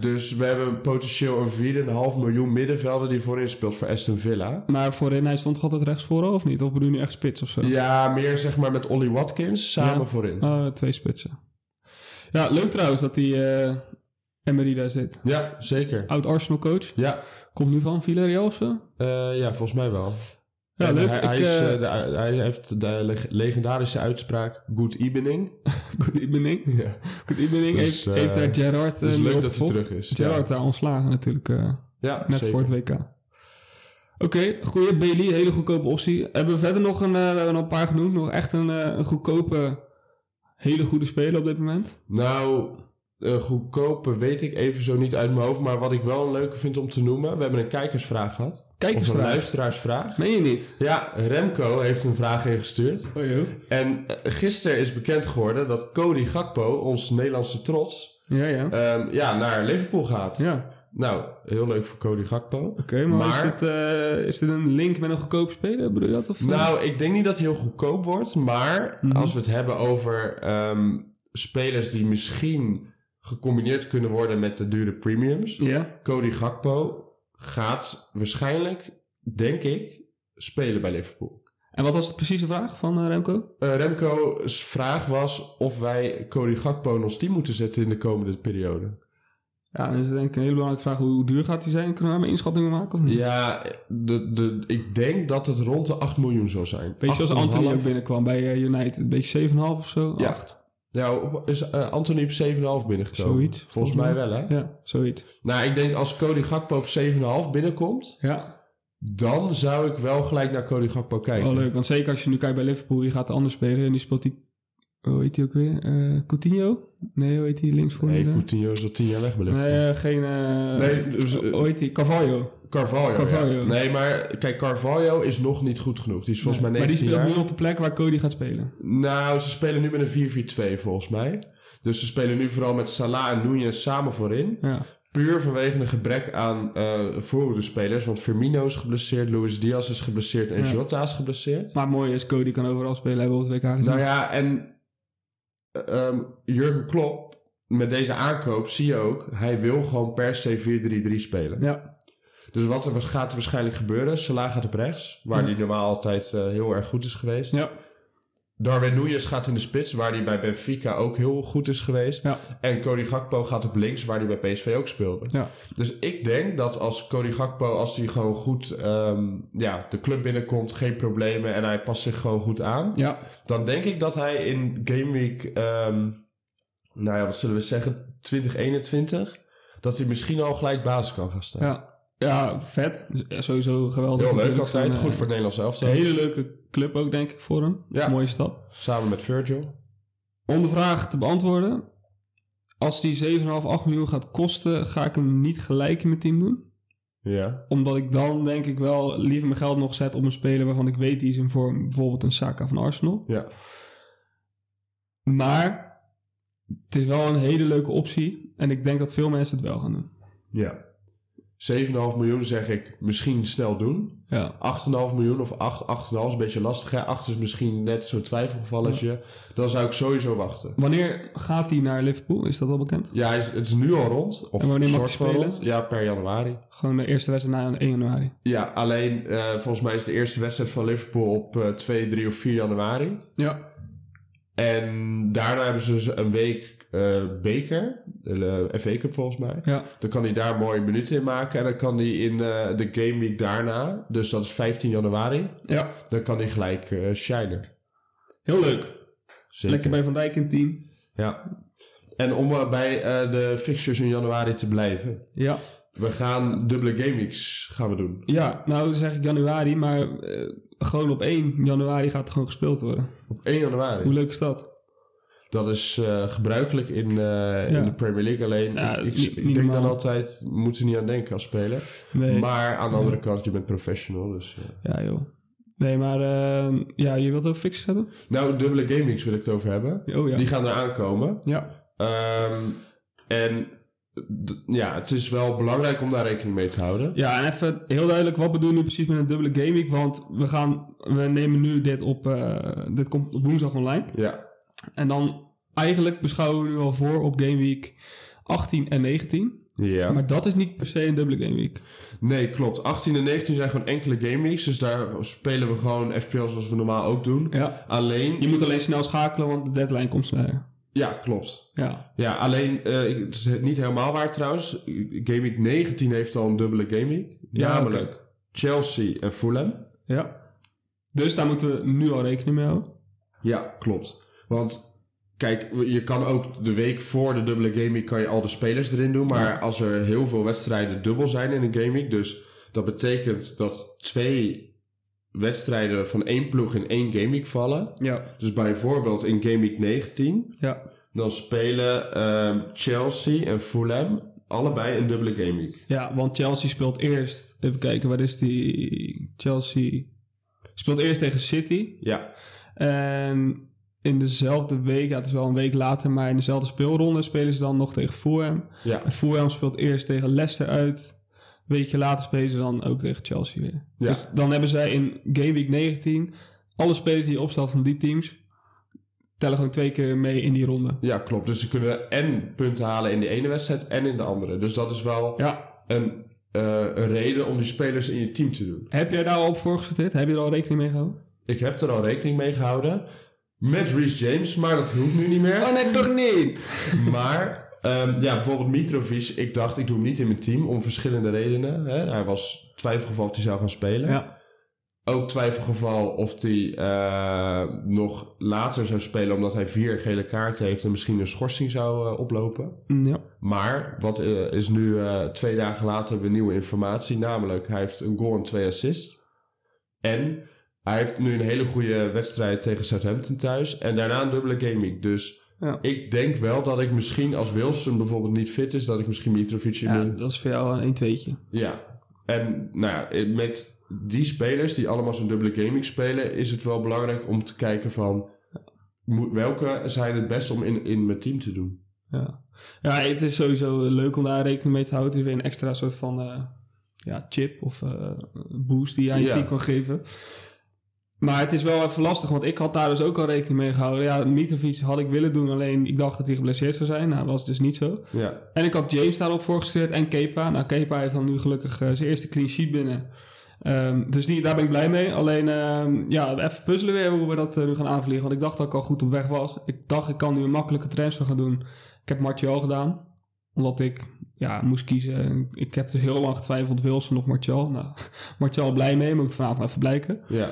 Dus we hebben potentieel een 4,5 miljoen middenvelder die voorin speelt voor Aston Villa. Maar voorin, hij stond toch altijd rechts voor of niet? Of bedoel je nu echt spits of zo? Ja, meer zeg maar met Ollie Watkins samen Ja. voorin. Oh, twee spitsen. Ja, leuk trouwens dat die eh Emery daar zit. Ja, zeker. Oud Arsenal coach. Ja, Komt nu van Villarreal of zo? eh, ja volgens mij wel. Ja, En leuk. Hij, hij Ik, is, eh, eh, de- hij heeft de leg- legendarische uitspraak Good <laughs> Evening. Good evening. Ja. Good evening. Dus, heeft, eh, heeft daar Gerrard eh, Dus mee leuk dat hij opgevolgd. terug is. Gerrard daar ontslagen natuurlijk eh, ja, net zeker. voor het WK. Oké, goede Bailey. Hele goedkope optie. Hebben we verder nog een, eh, we hebben er een paar genoemd. Nog echt een, eh, een goedkope hele goede speler op dit moment? Nou, eh goedkope weet ik even zo niet uit mijn hoofd. Maar wat ik wel een leuke vind om te noemen. We hebben een kijkersvraag gehad. Of een Kijkersvraag. luisteraarsvraag. Meen je niet? Ja, Remco heeft een vraag ingestuurd. Oh joh. En eh, gisteren is bekend geworden dat Cody Gakpo, ons Nederlandse trots, Ja, ja. ehm, ja, naar Liverpool gaat. ja. Nou, heel leuk voor Cody Gakpo. <laughs> Oké, maar, Is, Maar- dit, eh, is dit een link met een goedkoop speler? Bedoel je dat? Of, Nou, ik denk niet dat hij heel goedkoop wordt. Maar Mhm. als we het hebben over ehm, spelers die misschien gecombineerd kunnen worden met de dure premiums. Ja. Cody Gakpo gaat waarschijnlijk, denk ik, spelen bij Liverpool. En wat was de precieze vraag van eh, Remco? Eh, Remco's vraag was of wij Cody Gakpo in ons team moeten zetten in de komende periode. Ja, dat is denk ik een hele belangrijke vraag. Hoe duur gaat die zijn? Kunnen we daar maar inschattingen maken of niet? Ja, Dus- de, de, ik denk dat het rond de 8 miljoen zal zijn. Beetje zoals 8,5. Anthony ook binnenkwam bij eh, United. Een beetje 7,5 of zo? Ja. Acht. Nou, is eh, Anthony op 7,5 binnengekomen? Zoiets, Volgens, volgens mij mij. wel, hè? Ah, Ja, zoiets. Nou, ik denk als Cody Gakpo op 7,5 binnenkomt, Ja, dan zou ik wel gelijk naar Cody Gakpo kijken. wel leuk. Want zeker als je nu kijkt bij Liverpool, die gaat anders spelen. En die speelt die... Hoe heet die ook weer? Eh, Coutinho? Nee, hoe heet die links voor? Nee, Coutinho is al 10 jaar weg bij Liverpool. Nee, eh, geen... eh Nee, dus, eh, hoe heet die? Carvalho. Carvalho. Carvalho. ja. Nee, maar kijk, Carvalho is nog niet goed genoeg. Die is volgens mij maar die 19 speelt jaar. nu op de plek waar Cody gaat spelen. Nou, ze spelen nu met een 4-4-2 volgens mij. Dus ze spelen nu vooral met Salah en Nunez samen voorin. Ja. Puur vanwege een gebrek aan eh voorhoedenspelers. Want Firmino is geblesseerd, Luis Diaz is geblesseerd en Ja. Jota is geblesseerd. Maar mooi is, Cody kan overal spelen. Hebben we op het WK gezien. Nou ja, en eh, ehm, Jurgen Klopp, met deze aankoop zie je ook... hij wil gewoon per se 4-3-3 spelen. ja. Dus wat er wa- gaat er waarschijnlijk gebeuren? Salah gaat op rechts, waar Ja. hij normaal altijd eh, heel erg goed is geweest. Ja. Darwin Núñez gaat in de spits, waar hij bij Benfica ook heel goed is geweest. Ja. En Cody Gakpo gaat op links, waar hij bij PSV ook speelde. Ja. Dus ik denk dat als Cody Gakpo, als hij gewoon goed ehm, ja, de club binnenkomt, geen problemen en hij past zich gewoon goed aan. ja. Dan denk ik dat hij in Game Week, ehm, nou ja, wat zullen we zeggen, 2021, dat hij misschien al gelijk basis kan gaan staan. Ja. Ja, vet. Dus, ja, sowieso geweldig. Heel leuk natuurlijk. altijd, En, eh, goed voor het Nederlands elftal. Een hele leuke club ook, denk ik, voor hem. Ja. Mooie stap. Samen met Virgil. Om de vraag te beantwoorden. Als die 7,5, 8 miljoen gaat kosten, ga ik hem niet gelijk in mijn team doen. Ja. Omdat ik dan denk ik wel liever mijn geld nog zet op een speler waarvan ik weet die is in vorm. Bijvoorbeeld een Saka van Arsenal. Ja. Maar het is wel een hele leuke optie. En ik denk dat veel mensen het wel gaan doen. Ja. 7,5 miljoen zeg ik misschien snel doen. 8,5 Ja. miljoen of 8, 8,5 is een beetje lastig. Hè? 8 is misschien net zo'n twijfelgevalletje. Dan zou ik sowieso wachten. Wanneer gaat hij naar Liverpool? Is dat al bekend? Ja, hij is- het is nu al rond. Of En wanneer mag soort hij van spelen? rond. Ja, per januari. Gewoon de eerste wedstrijd na 1 januari. Ja, alleen eh, volgens mij is de eerste wedstrijd van Liverpool op eh, 2, 3 of 4 januari. Ja. En daarna hebben ze dus een week eh, beker. De eh, FA Cup volgens mij. Ja. Dan kan hij daar mooie minuten in maken. En dan kan hij in eh, de game week daarna, dus dat is 15 januari, ja. dan kan hij gelijk eh shinen. Heel leuk. Zeker. Lekker bij Van Dijk in het team. Ja. En om eh, bij eh, de fixtures in januari te blijven. Ja. We gaan dubbele game weeks gaan we doen. Ja, nou zeg ik januari, maar eh, gewoon op 1 januari gaat het gewoon gespeeld worden. Op 1 Hoe januari. leuk is dat? Dat is eh, gebruikelijk in, eh, in de Premier League. Alleen, Ja, ik, ik- niet- ik niet denk normaal. dan altijd, moeten niet aan denken als speler. Nee. Maar aan de andere kant, je bent professional. Dus, eh. Ja, joh. Nee, maar eh, ja, je wilt ook fixes hebben? Nou, dubbele game weeks wil ik het over hebben. Oh ja. Die gaan eraan komen. Ja. Ehm, en d- ja, het is wel belangrijk om daar rekening mee te houden. Ja, en even heel duidelijk, wat bedoel je nu precies met een dubbele game week? Want we, gaan, we nemen nu dit op, eh, dit komt op woensdag online. Ja, En dan eigenlijk beschouwen we nu al voor op Game Week 18 en 19. ja. Maar dat is niet per se een dubbele Game Week. Nee, klopt. 18 en 19 zijn gewoon enkele game weeks. Dus daar spelen we gewoon FPL zoals we normaal ook doen. Ja. Alleen... Je moet alleen snel schakelen, want de deadline komt sneller. Ja, klopt. Ja. Ja, alleen... eh, ik- het is niet helemaal waar trouwens. Game week 19 heeft al een dubbele game week. Ja, namelijk Chelsea en Fulham. Ja. Dus daar moeten we nu al rekening mee houden. Ja, klopt. Want... Kijk, je kan ook de week voor de dubbele game week kan je al de spelers erin doen. Maar als er heel veel wedstrijden dubbel zijn in een game week, dus dat betekent dat twee wedstrijden van één ploeg in één gameweek vallen. Ja, Dus bijvoorbeeld in gameweek 19, ja, dan spelen ehm, Chelsea en Fulham allebei een dubbele gameweek. ja, want Chelsea speelt eerst. Even kijken, waar is die? Chelsea speelt eerst tegen City. Ja, En in dezelfde week, ja, het is wel een week later, maar in dezelfde speelronde spelen ze dan nog tegen Fulham. ja, En Fulham speelt eerst tegen Leicester uit. Een weekje later spelen ze dan ook tegen Chelsea weer. Ja. Dus dan hebben zij in Game Week 19 alle spelers die opstelt van die teams. Tellen gewoon twee keer mee in die ronde. ja, klopt. Dus ze kunnen en punten halen in de ene wedstrijd en in de andere. Dus dat is wel Ja. een, eh, een reden om die spelers in je team te doen. Heb jij daar al op voorgesorteerd? Heb je er al rekening mee gehouden? Ik heb er al rekening mee gehouden. Met Reece James, maar dat hoeft nu niet meer. Oh, nee, toch niet! <laughs> Maar ehm, ja, bijvoorbeeld Mitrovic. Ik dacht, ik doe hem niet in mijn team om verschillende redenen. Hè. Hij was twijfelgeval of hij zou gaan spelen. Ja, Ook twijfelgeval of hij eh, nog later zou spelen... omdat hij vier gele kaarten heeft en misschien een schorsing zou eh, oplopen. ja. Maar wat eh, is nu eh, twee dagen later hebben we nieuwe informatie. Namelijk, hij heeft een goal en twee assists. En hij heeft nu een hele goede wedstrijd tegen Southampton thuis. En daarna een dubbele gaming. Dus Ja. ik denk wel dat ik misschien, als Wilson bijvoorbeeld niet fit is, dat ik misschien Mitrovic in ja de- dat is voor jou een 1-2'tje. Ja. En nou ja, met die spelers die allemaal zo'n dubbele gaming spelen, is het wel belangrijk om te kijken van... moet- Welke zijn het best om in, in mijn team te doen? Ja. ja, het is sowieso eh, leuk om daar rekening mee te houden. Het is weer een extra soort van eh, ja, chip of eh, boost die je aan je Ja. team kan geven. Maar het is wel even lastig, want ik had daar dus ook al rekening mee gehouden. Ja, Mitrovic had ik willen doen, alleen ik dacht dat hij geblesseerd zou zijn. Nou, was dus niet zo. Ja. En ik had James daarop voorgestuurd en Kepa. Nou, Kepa heeft dan nu gelukkig eh, zijn eerste clean sheet binnen. Ehm, dus die, daar ben ik blij mee. Alleen, ehm, ja, even puzzelen weer hoe we dat eh, nu gaan aanvliegen. Want ik dacht dat ik al goed op weg was. Ik dacht, ik kan nu een makkelijke transfer gaan doen. Ik heb Martial gedaan. Omdat ik, ja, moest kiezen. Ik heb dus heel lang getwijfeld, Wilson of Martial. Nou, <laughs> Martial blij mee, moet ik vanavond even blijken. Ja.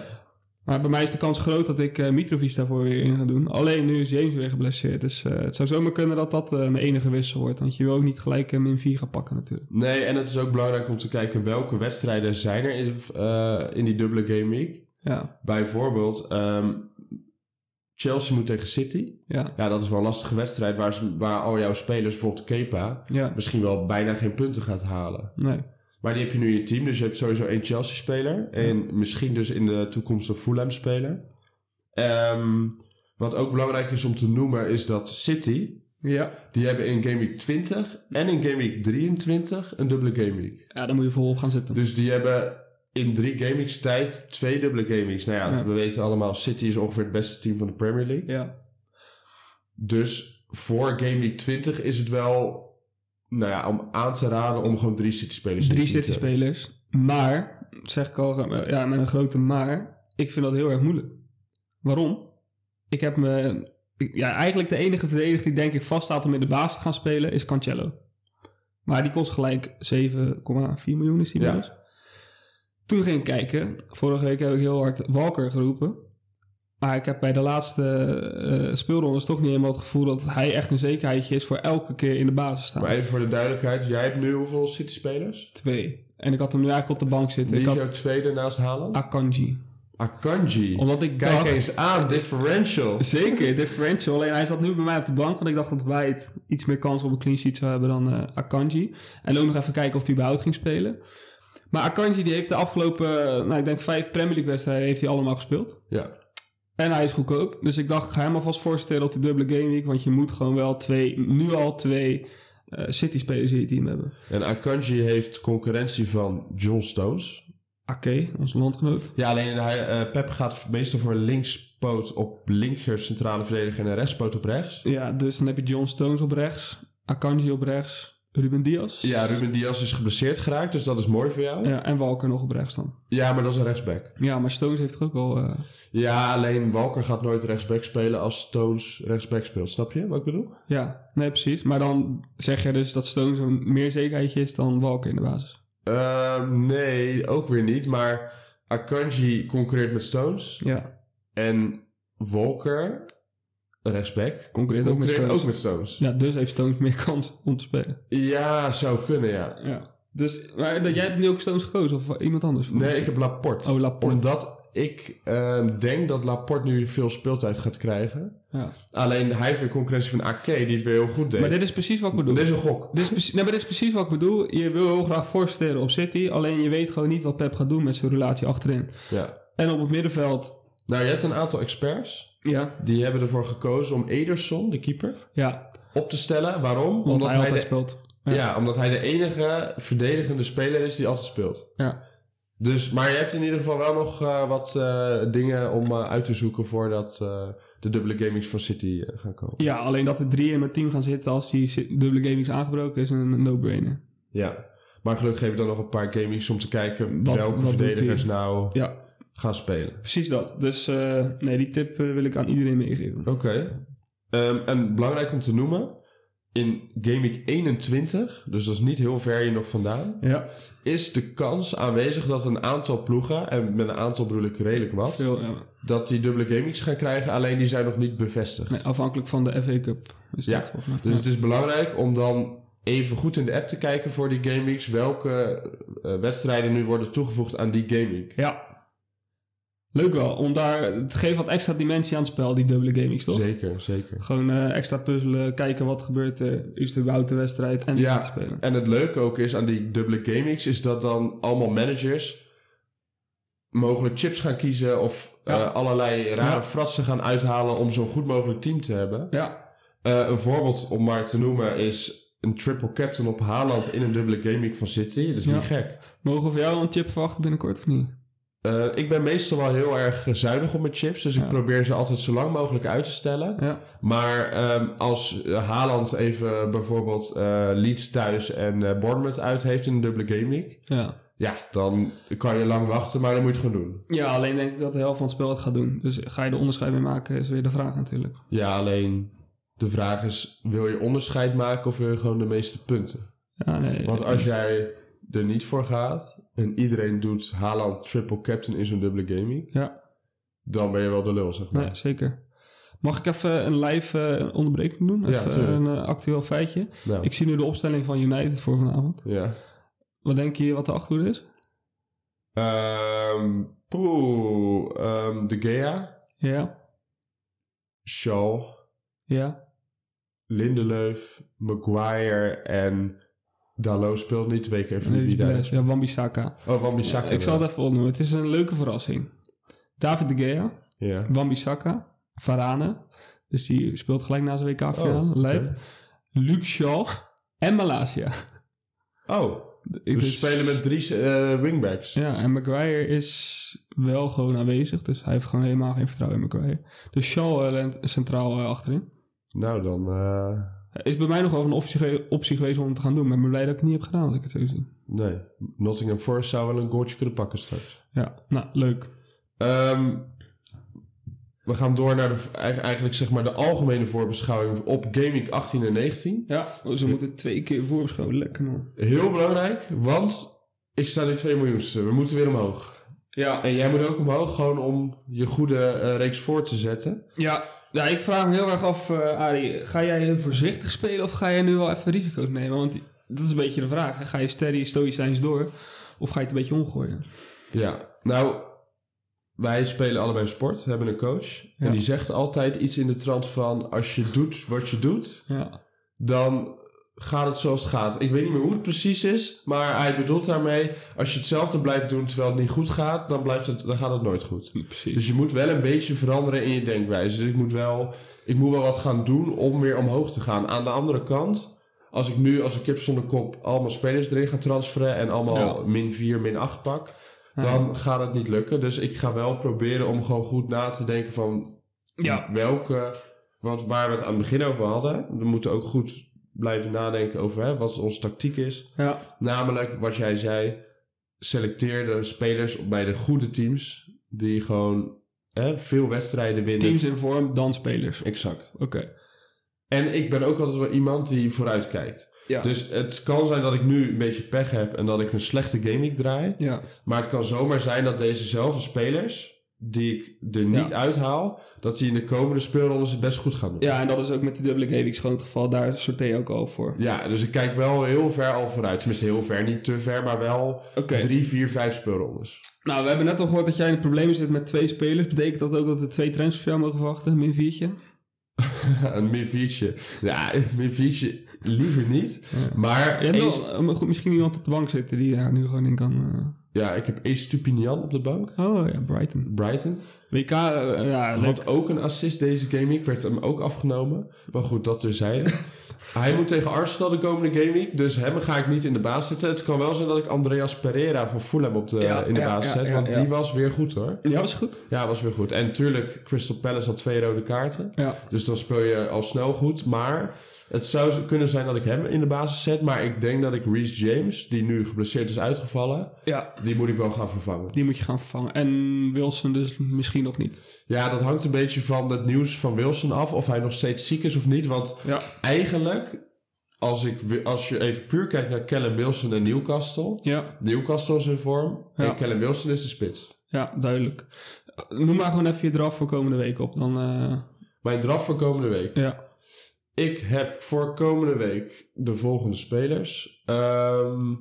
Maar bij mij is de kans groot dat ik eh, Mitrovic daarvoor weer in ga doen. Alleen nu is James weer geblesseerd. Dus eh, het zou zomaar kunnen dat dat eh, mijn enige wissel wordt. Want je wil ook niet gelijk eh, min 4 gaan pakken natuurlijk. Nee, en het is ook belangrijk om te kijken welke wedstrijden zijn er in, eh, in die dubbele game week. Ja, Bijvoorbeeld, ehm, Chelsea moet tegen City. ja, Ja, dat is wel een lastige wedstrijd waar, ze- waar al jouw spelers, bijvoorbeeld Kepa, ja. misschien wel bijna geen punten gaat halen. Nee. Maar die heb je nu in je team, dus je hebt sowieso één Chelsea-speler. En misschien dus in de toekomst een Fulham-speler. Ehm, wat ook belangrijk is om te noemen, is dat City... Ja. Die hebben in Game Week 20 en in Game Week 23 een dubbele Game Week. Ja, dan moet je volop gaan zitten. Dus die hebben in drie gameweeks tijd twee dubbele gameweeks. Nou ja, Ja. we weten allemaal, City is ongeveer het beste team van de Premier League. Ja. Dus voor gameweek 20 is het wel, nou ja, om aan te raden om gewoon drie City-spelers in Dus Drie te zetten. City-spelers. Maar, zeg ik al, eh, ja, met een grote maar, ik vind dat heel erg moeilijk. Waarom? Ik heb me... ik- Ja, eigenlijk de enige verdediger die denk ik vaststaat om in de baas te gaan spelen is Cancelo. Maar die kost gelijk 7,4 miljoen is die Ja. inmiddels. Toen ging ik kijken. Vorige week heb ik heel hard Walker geroepen. Maar ik heb bij de laatste eh speelrondes toch niet helemaal het gevoel dat hij echt een zekerheidje is voor elke keer in de basis staan. Maar even voor de duidelijkheid, jij hebt nu hoeveel City-spelers? Twee. En ik had hem nu eigenlijk op de bank zitten. Wie Ik is had jouw tweede naast Haaland? Akanji. Akanji. Omdat ik Kijk dacht... eens aan, <laughs> differential. Zeker, differential. Alleen hij zat nu bij mij op de bank, want ik dacht dat White iets meer kans op een clean sheet zou hebben dan eh, Akanji. En ook nog even kijken of hij überhaupt ging spelen. Maar Akanji die heeft de afgelopen, eh, nou ik denk vijf Premier League wedstrijden heeft hij allemaal gespeeld. Ja, En hij is goedkoop. Dus ik dacht, ik ga hem alvast voorstellen op de dubbele game week. Want je moet gewoon wel twee, nu al twee eh, City-spelers in je team hebben. en Akanji heeft concurrentie van John Stones. Oké, onze landgenoot. Ja, alleen hij, eh, Pep gaat meestal voor een linkspoot op linker centrale verdediger en een rechtspoot op rechts. Ja, dus dan heb je John Stones op rechts, Akanji op rechts, Ruben Diaz. Ja, Ruben Diaz is geblesseerd geraakt, dus dat is mooi voor jou. Ja, Ja, en Walker nog op rechts dan. maar dat is een rechtsback. Ja, maar Stones heeft er ook al... eh, Ja, alleen Walker gaat nooit rechtsback spelen als Stones rechtsback speelt. Snap je wat ik bedoel? ja, nee, precies. Maar dan zeg je dus dat Stones een meer zekerheidje is dan Walker in de basis. Ehm, nee, ook weer niet. Maar Akanji concurreert met Stones. Ja, En Walker, rechtsback, concurreert ook met concurreert Stones. ook met Stones. Ja, dus heeft Stones meer kans om te spelen. Ja, zou kunnen, ja. Ja. Dus, maar dat- jij hebt nu ook Stones gekozen of iemand anders? Nee, ik heb Laporte. Oh, Laporte. Omdat Ik eh, denk dat Laporte nu veel speeltijd gaat krijgen. Ja. Alleen hij heeft weer concurrentie van AK, die het weer heel goed deed. Maar dit is precies wat ik bedoel. Dit is een gok. Dit is, precies- nee, maar dit is precies wat ik bedoel. Je wil heel graag voorstellen op City. Alleen je weet gewoon niet wat Pep gaat doen met zijn relatie achterin. Ja. En op het middenveld, Nou, je hebt een aantal experts. ja. Die hebben ervoor gekozen om Ederson, de keeper, ja op te stellen. Waarom? want hij altijd de, speelt. ja. omdat hij de enige verdedigende speler is die altijd speelt. Ja. Dus, maar je hebt in ieder geval wel nog eh, wat eh, dingen om eh, uit te zoeken voordat eh, de dubbele gamings van City eh, gaan komen. ja, alleen dat er drie in mijn team gaan zitten als die zi- dubbele gamings aangebroken is, een no-brainer. Ja. Maar gelukkig geef ik dan nog een paar gamings om te kijken Wat- welke wat doet verdedigers nou Ja, gaan spelen. precies dat. Dus eh, nee, die tip eh, wil ik aan iedereen meegeven. Oké. Ehm, en belangrijk om te noemen, in gaming 21, dus dat is niet heel ver hier nog vandaan, Ja, is de kans aanwezig dat een aantal ploegen, en met een aantal bedoel ik redelijk wat, veel, ja. dat die dubbele gamings gaan krijgen, alleen die zijn nog niet bevestigd. Nee, afhankelijk van de FA Cup is Ja, dat volgens mij. Dus Ja. het is belangrijk om dan even goed in de app te kijken voor die gameweeks, welke eh, wedstrijden nu worden toegevoegd aan die gameweek. Ja. Leuk wel, om daar, het geeft wat extra dimensie aan het spel, die dubbele gamings toch? Zeker, zeker. Gewoon eh, extra puzzelen, kijken wat gebeurt er. Is er überhaupt een wedstrijd en wie Ja. gaat er spelen. En het leuke ook is aan die dubbele gameweeks, is dat dan allemaal managers mogelijk chips gaan kiezen of Ja. eh, allerlei rare Ja. fratsen gaan uithalen om zo'n goed mogelijk team te hebben. Ja, Eh, een voorbeeld om maar te noemen is een triple captain op Haaland in een dubbele gaming van City. Dat is Ja. niet gek. mogen we van jou een chip verwachten binnenkort of niet? Eh, ik ben meestal wel heel erg eh, zuinig op mijn chips. Dus ik probeer ze altijd zo lang mogelijk uit te stellen. Ja, Maar ehm, als eh, Haaland even bijvoorbeeld eh, Leeds thuis en eh, Bournemouth uit heeft in een dubbele gaming. ja. Ja, dan kan je lang wachten, maar dan moet je het gewoon doen. ja alleen denk ik dat de helft van het spel het gaat doen. Dus ga je er onderscheid mee maken, is weer de vraag natuurlijk. Ja, alleen de vraag is, wil je onderscheid maken of wil je gewoon de meeste punten? Ja, nee. Want als jij er niet voor gaat en iedereen doet Haaland triple captain in zo'n dubbele gaming, Ja, dan ben je wel de lul, zeg maar. nee, zeker. Mag ik even een live eh, onderbreking doen? Ja, Even tuurlijk. een eh, actueel feitje. Nou, Ik zie nu de opstelling van United voor vanavond. ja. Wat denk je wat de achterhoede is? Ehm, poeh, ehm, De Gea, Ja, Shaw, ja. Lindelöf, Maguire en Dalot speelt niet twee keer even Nee, niet die is wie daar Perez. is. Ja, Wan-Bissaka. Oh, Wan-Bissaka. Ik zal het even opnoemen. Het is een leuke verrassing. David de Gea, Ja. Wan-Bissaka, Varane. Dus die speelt gelijk na zijn WK-finale. Oh, oké. Lijp. Luke Shaw en Malasia. Oh, we Dus- spelen met drie eh, wingbacks. Ja, en Maguire is wel gewoon aanwezig. Dus hij heeft gewoon helemaal geen vertrouwen in Maguire. Dus Shaw eh, lent centraal eh, achterin. Nou, dan... eh, Is bij mij nog wel een optie, ge- optie geweest om het te gaan doen. Maar ik ben blij dat ik het niet heb gedaan, als ik het zo zie. nee, Nottingham Forest zou wel een goaltje kunnen pakken straks. Ja, nou, leuk. Ehm, we gaan door naar de, eigen- eigenlijk zeg maar de algemene voorbeschouwing op Gaming 18 en 19. Ja, oh, ze moeten twee keer voorbeschouwen. Lekker man. Heel belangrijk, want ik sta nu 2 miljoen. We moeten weer omhoog. Ja, En jij moet ook omhoog, gewoon om je goede eh, reeks voor te zetten. Ja, ja ik vraag me heel erg af, eh Arie, ga jij heel voorzichtig spelen of ga jij nu wel even risico's nemen? Want dat is een beetje de vraag. hè. Ga je steady stoïcijns door of ga je het een beetje omgooien? Ja, nou, wij spelen allebei sport, hebben een coach. Ja. En die zegt altijd iets in de trant van, als je doet wat je doet, Ja, dan gaat het zoals het gaat. Ik weet niet meer hoe het precies is, maar hij bedoelt daarmee... als je hetzelfde blijft doen terwijl het niet goed gaat, dan, blijft het, dan gaat het nooit goed. precies. Dus je moet wel een beetje veranderen in je denkwijze. Dus ik moet wel, ik moet wel wat gaan doen om weer omhoog te gaan. Aan de andere kant, als ik nu als een kip zonder kop allemaal spelers erin ga transferen... en allemaal Ja. min 4, min 8 pak, Ja. dan gaat het niet lukken. Dus ik ga wel proberen om gewoon goed na te denken van Ja, Dus welke, want waar we het aan het begin over hadden, we moeten ook goed blijven nadenken over hè, wat onze tactiek is. ja, Namelijk, wat jij zei, selecteer de spelers bij de goede teams die gewoon hè, veel wedstrijden winnen. teams in vorm, dan spelers. Exact. Oké. En ik ben ook altijd wel iemand die vooruit kijkt. Ja. Dus het kan zijn dat ik nu een beetje pech heb en dat ik een slechte gaming draai. ja. Maar het kan zomaar zijn dat dezezelfde spelers die ik er niet uithaal, dat hij in de komende speelrondes het best goed gaat doen. Ja, en dat is ook met die dubbele gameweeks gewoon het geval. Daar sorteer je ook al voor. Ja, dus ik kijk wel heel ver al vooruit. Tenminste, heel ver, niet te ver, maar wel Oké. drie, vier, vijf speelrondes. Nou, we hebben net al gehoord dat jij in de problemen zit met twee spelers. Betekent dat ook dat we twee trends voor jou mogen verwachten? Min viertje? een min viertje. Ja, een min viertje liever niet. Maar Je hebt één- wel, eh, maar goed, misschien iemand op de bank zitten die daar nu gewoon in kan. ja, ik heb Estupinian op de bank. eh. Oh ja, Brighton. Brighton. WK, eh, ja, leuk. Had ook een assist deze gameweek. Werd hem ook afgenomen. Maar goed, dat terzijde. <laughs> Hij moet tegen Arsenal de komende gameweek. Dus hem ga ik niet in de baas zetten. Het kan wel zijn dat ik Andreas Pereira van Fulham op de, Ja, in de ja, baas ja, zet. ja, want ja. die was weer goed hoor. Ja, was goed. Ja, was weer goed. En tuurlijk, Crystal Palace had twee rode kaarten. Ja. Dus dan speel je al snel goed. Maar het zou zo- kunnen zijn dat ik hem in de basis zet. Maar ik denk dat ik Reece James, die nu geblesseerd is uitgevallen, ja, die moet ik wel gaan vervangen. die moet je gaan vervangen. En Wilson dus misschien nog niet. Ja, dat hangt een beetje van het nieuws van Wilson af. Of hij nog steeds ziek is of niet. Want Ja, eigenlijk, als, ik, wi- als je even puur kijkt naar Callum Wilson en Newcastle. ja, Newcastle is in vorm. Ja. En Callum Wilson is de spits. ja duidelijk. Eh, Noem maar gewoon even je draf voor komende week op. Dan, eh, Mijn draf voor komende week. ja. Ik heb voor komende week de volgende spelers. Ehm,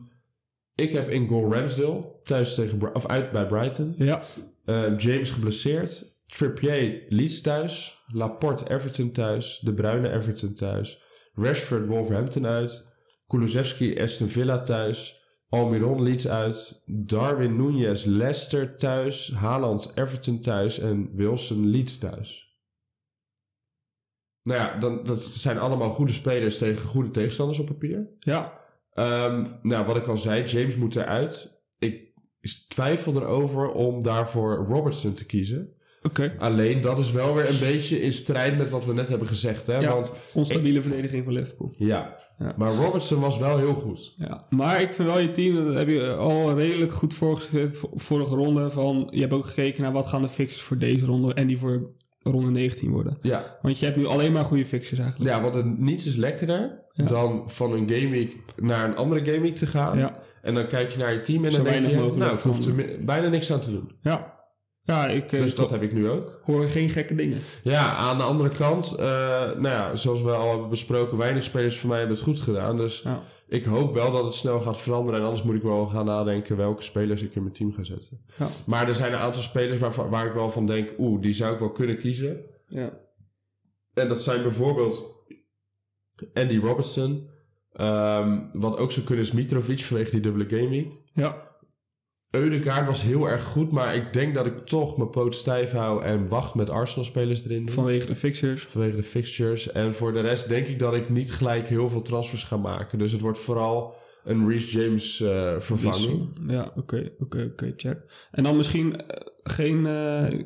ik heb in goal Ramsdale thuis tegen Bri- of uit bij Brighton. ja, Ehm, James geblesseerd. Trippier Leeds thuis. Laporte Everton thuis. De Bruyne Everton thuis. Rashford Wolverhampton uit. Kulusevski Aston Villa thuis. Almiron Leeds uit. Darwin Nunez Leicester thuis. Haaland Everton thuis. En Wilson Leeds thuis. Nou ja, dan, dat zijn allemaal goede spelers tegen goede tegenstanders op papier. ja. Ehm, nou, wat ik al zei, James moet eruit. Ik twijfel erover om daarvoor Robertson te kiezen. Oké. Alleen dat is wel weer een beetje in strijd met wat we net hebben gezegd. Hè? Ja. Want Onstabiele verdediging van Liverpool. ja. Ja. maar Robertson was wel heel goed. Ja, maar ik vind wel je team, dat heb je al redelijk goed voorgezet vo- vorige ronde. Van, je hebt ook gekeken naar wat gaan de fixes voor deze ronde en die voor ronde 19 worden. Ja, Want je hebt nu alleen maar goede fixes eigenlijk. ja want het, niets is lekkerder Ja. dan van een gameweek naar een andere gameweek te gaan. Ja, En dan kijk je naar je team en Zo dan denk weinig je, mogelijk nou, ik hoef er van. mi- bijna niks aan te doen. ja. Ja, ik eh, Dus dat heb ik nu ook. hoor geen gekke dingen. Ja, aan de andere kant, eh, nou ja, zoals we al hebben besproken, weinig spelers van mij hebben het goed gedaan. Dus Ja. ik hoop wel dat het snel gaat veranderen. En anders moet ik wel gaan nadenken welke spelers ik in mijn team ga zetten. Ja. Maar er zijn een aantal spelers waar, waar ik wel van denk, oeh, die zou ik wel kunnen kiezen. Ja. En dat zijn bijvoorbeeld Andy Robertson. ehm, wat ook zou kunnen is Mitrovic vanwege die dubbele gaming. Ja. Eudegaard was heel erg goed, maar ik denk dat ik toch mijn poot stijf hou en wacht met Arsenal-spelers erin. doe vanwege de fixers. vanwege de fixtures. En voor de rest denk ik dat ik niet gelijk heel veel transfers ga maken. Dus het wordt vooral een Reece James eh, vervanging. Ja, oké, oké, oké, check. En dan misschien eh, geen eh,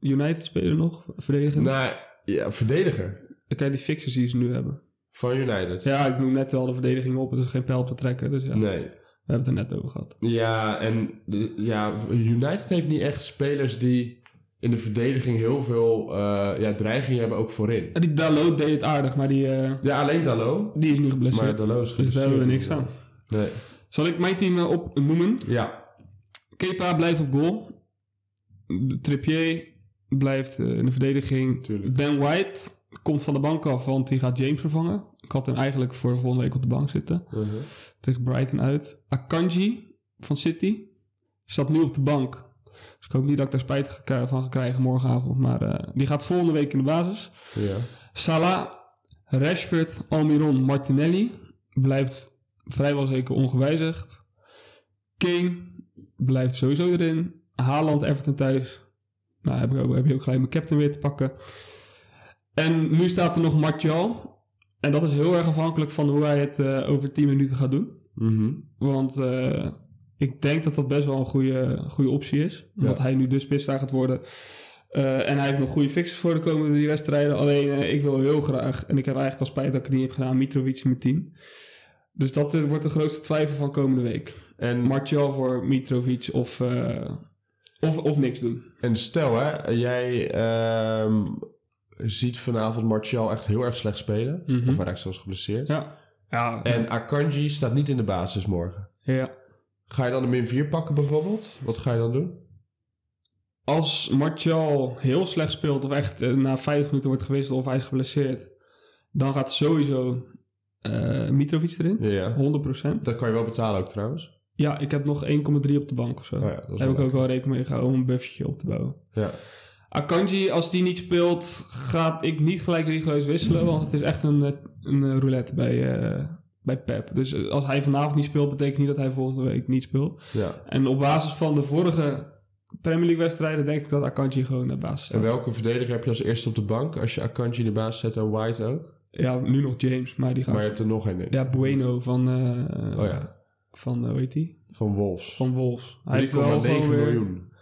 United speler nog, verdedigend. Nou, ja, verdediger Kijk, die fixers die ze nu hebben. van United. Ja, ik noem net wel de verdediging op, het is geen pijl op te trekken. Dus ja, Nee. we hebben het er net over gehad. Ja, en de- ja, United heeft niet echt spelers die in de verdediging heel veel eh, ja, dreiging hebben, ook voorin. Die Dalot deed het aardig, maar die, eh, Ja, alleen Dalo. die is nu Maar geblesseerd. Dalo is dus daar hebben we niks aan. Nee. Zal ik mijn team eh, opnoemen? Ja, Kepa blijft op goal. De Trippier blijft eh, in de verdediging. Tuurlijk. Ben White komt van de bank af, want die gaat James vervangen. Ik had hem eigenlijk voor de volgende week op de bank zitten. Mhm. Tegen Brighton uit. Akanji van City staat nu op de bank. Dus ik hoop niet dat ik daar spijt geka- van ga krijgen morgenavond. Maar eh, die gaat volgende week in de basis. ja. Salah, Rashford, Almiron, Martinelli blijft vrijwel zeker ongewijzigd. Kane blijft sowieso erin. Haaland, Everton thuis. Nou, heb, ik ook, heb je ook gelijk mijn captain weer te pakken. En nu staat er nog Martial. En dat is heel erg afhankelijk van hoe hij het eh, over 10 minuten gaat doen. Mhm. Want eh, ik denk dat dat best wel een goede, goede optie is. Omdat Ja. hij nu de spits daar gaat worden. Eh, en hij heeft nog goede fixes voor de komende drie wedstrijden. Alleen eh, ik wil heel graag, en ik heb eigenlijk al spijt dat ik het niet heb gedaan, Mitrovic in mijn team. Dus dat eh, wordt de grootste twijfel van komende week. En Martial voor Mitrovic of, eh, of, of niks doen. En stel hè, jij ehm, ziet vanavond Martial echt heel erg slecht spelen. Mhm. Of hij raakt zelfs geblesseerd. Ja. Ja, En Akanji staat niet in de basis morgen. ja. Ga je dan de min 4 pakken bijvoorbeeld? Wat ga je dan doen? als Martial heel slecht speelt of echt eh, na 50 minuten wordt gewisseld of hij is geblesseerd, dan gaat sowieso eh, Mitrovic erin. Ja. 100%. Dat kan je wel betalen ook trouwens. Ja, ik heb nog 1,3 op de bank of zo. Oh ja, dat is Daar heb ik wel ook wel rekening mee gehouden om een buffetje op te bouwen. Ja. Akanji, als die niet speelt, gaat ik niet gelijk rigoureus wisselen. Want het is echt een, eh, een eh, roulette bij, eh, bij Pep. Dus eh, als hij vanavond niet speelt, betekent niet dat hij volgende week niet speelt. ja. En op basis van de vorige Premier League wedstrijden denk ik dat Akanji gewoon naar basis staat. En welke verdediger heb je als eerste op de bank? Als je Akanji in de baas zet en White ook. Ja, nu nog James, maar die gaat... Maar je hebt er nog één in. Ja, Bueno van... eh, Oh ja, Van, eh, hoe heet die? van Wolves. Van Wolves. Hij heeft wel 3,9 gewoon weer- miljoen.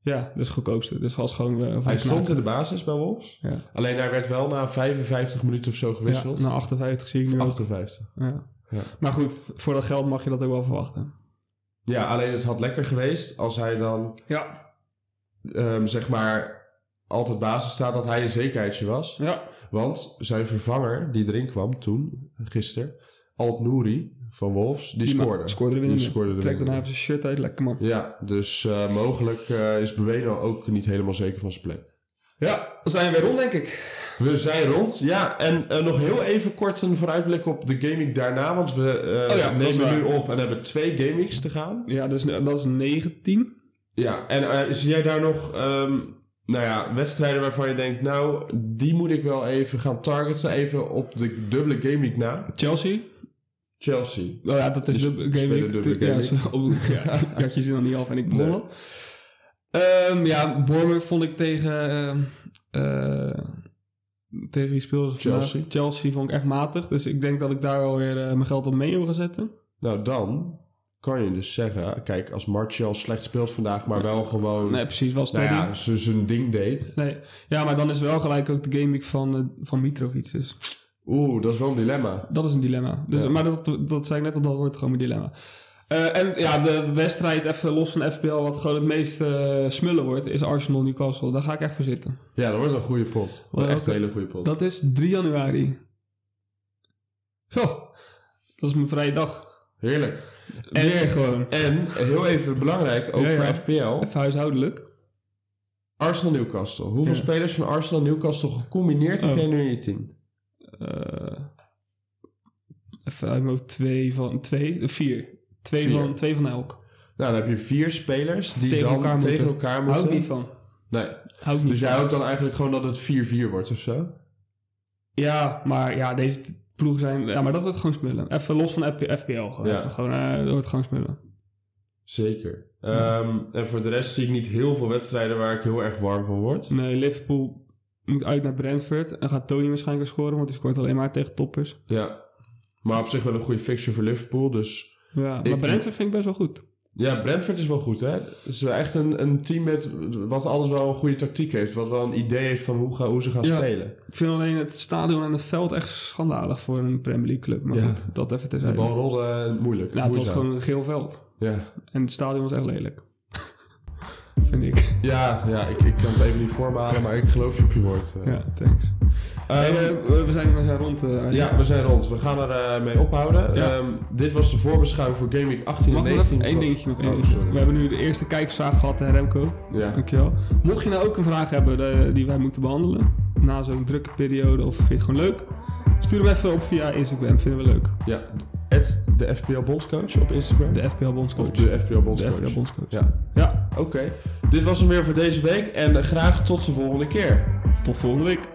Ja, dat is goedkoopste. Dus als gewoon... eh, van Hij stond knaken. in de basis bij Wolves. Ja. Alleen hij werd wel na 55 minuten of zo gewisseld. Ja, nou, na 58 zie ik nu. ook. 58. Ja. Ja. Maar goed, voor dat geld mag je dat ook wel verwachten. Ja, alleen het had lekker geweest als hij dan, Ja. ehm, zeg maar, altijd basis staat dat hij een zekerheidje was. Ja. Want zijn vervanger, die erin kwam toen, gisteren, Alt Nouri van Wolves, die, ma- scoorde. Scoorde er weer Die in. scoorde er Trek weer daarna in. even zijn shirt uit. Lekker man. Ja, dus eh, mogelijk eh, is Beweno ook niet helemaal zeker van zijn plek. Ja, dan zijn we weer rond, denk ik. We zijn rond. Ja, en eh, nog heel even kort een vooruitblik op de gaming daarna. Want we eh, Oh ja, dat is nemen waar. nu op en hebben twee gameweeks te gaan. Ja, dus, dat is 19. Ja, en eh, zie jij daar nog ehm, nou ja, wedstrijden waarvan je denkt... nou, die moet ik wel even gaan targeten. Even op de dubbele gameweek na. Chelsea. Chelsea. Oh ja, dat is Die dubbele game spelen week. dubbele Ja, game zo- oh, <laughs> ja, ik had je zin dan niet af en ik begon Nee. al. Ehm, ja, Bournemouth vond ik tegen... ehm, eh, tegen wie speelde ze vandaag? Chelsea. Chelsea vond ik echt matig. Dus ik denk dat ik daar wel weer eh, mijn geld op mee wil gaan zetten. Nou, dan kan je dus zeggen... kijk, als Martial slecht speelt vandaag... maar wel gewoon Nee, precies. Was nou steady. ja, ze zijn ding deed... Nee. Ja, maar dan is wel gelijk ook de gameweek van, eh, van Mitrovic. Dus Oeh, dat is wel een dilemma. dat is een dilemma. Dus, Ja. Maar dat, dat zei ik net al, dat wordt gewoon een dilemma. Eh, en ja, de wedstrijd, even los van FPL, wat gewoon het meest eh, smullen wordt, is Arsenal-Newcastle. Daar ga ik echt voor zitten. Ja, dat wordt een goede pot. Wordt Ja, echt een oké. hele goede pot. Dat is 3 januari. Zo, dat is mijn vrije dag. Heerlijk. En- Weer gewoon. En heel even belangrijk, ook Ja, ja. voor FPL. Even huishoudelijk. Arsenal Newcastle. Hoeveel Ja. spelers van Arsenal Newcastle gecombineerd heb Oh. jij nu in je team? Eh, even uit mijn hoofd, twee van... Twee? Vier. Twee, Vier. Van, twee van elk. Nou, dan heb je vier spelers die Tegen dan elkaar tegen moeten. elkaar Hou moeten. ik niet van. Nee. Hou ik niet Dus van. jij houdt dan eigenlijk gewoon dat het 4-4 wordt of zo? Ja, maar ja, deze t- ploegen zijn... Ja, maar dat wordt gewoon smullen. Even los van FP- FPL. Gewoon. Ja. Even gewoon, eh, dat wordt gewoon smullen. Zeker. Ehm, en voor de rest zie ik niet heel veel wedstrijden waar ik heel erg warm van word. Nee, Liverpool moet uit naar Brentford. En gaat Tony waarschijnlijk weer scoren, want die scoort alleen maar tegen toppers. Ja. Maar op zich wel een goede fixture voor Liverpool. Dus Ja, maar Ik- Brentford vind ik best wel goed. ja, Brentford is wel goed, hè? Het is wel echt een, een team met, wat alles wel een goede tactiek heeft. Wat wel een idee heeft van hoe, ga, hoe ze gaan Ja. spelen. Ik vind alleen het stadion en het veld echt schandalig voor een Premier League club. Maar Ja. goed, dat even De terzijde. bal rolde eh, moeilijk. Nou, het was moeizaam. gewoon een geel veld. Ja. En het stadion was echt lelijk. <laughs> vind ik. Ja, ja ik, ik kan het even niet voor me halen, maar ik geloof je op je woord. eh. Ja, thanks. Ehm, Nee, eh, we, we zijn, we zijn rond. eh, Arjen. ja, we zijn rond. We gaan er eh, mee ophouden. Ja. Ehm, dit was de voorbeschouwing voor Game Week 18 Mag en nog 19. even één van- dingetje nog. één Oh, dingetje. sorry. We hebben nu de eerste kijkersvraag gehad, hè, Remco. Ja. Dankjewel. Mocht je nou ook een vraag hebben eh, die wij moeten behandelen, na zo'n drukke periode of vind je het gewoon leuk, stuur hem even op via Instagram, vinden we leuk. ja. At de FPL Bondscoach op Instagram. De FPL Bondscoach. of de FPL De Bondscoach. FPL Bondscoach. Ja, Ja, oké. Dit was hem weer voor deze week en eh, graag tot de volgende keer. tot volgende week.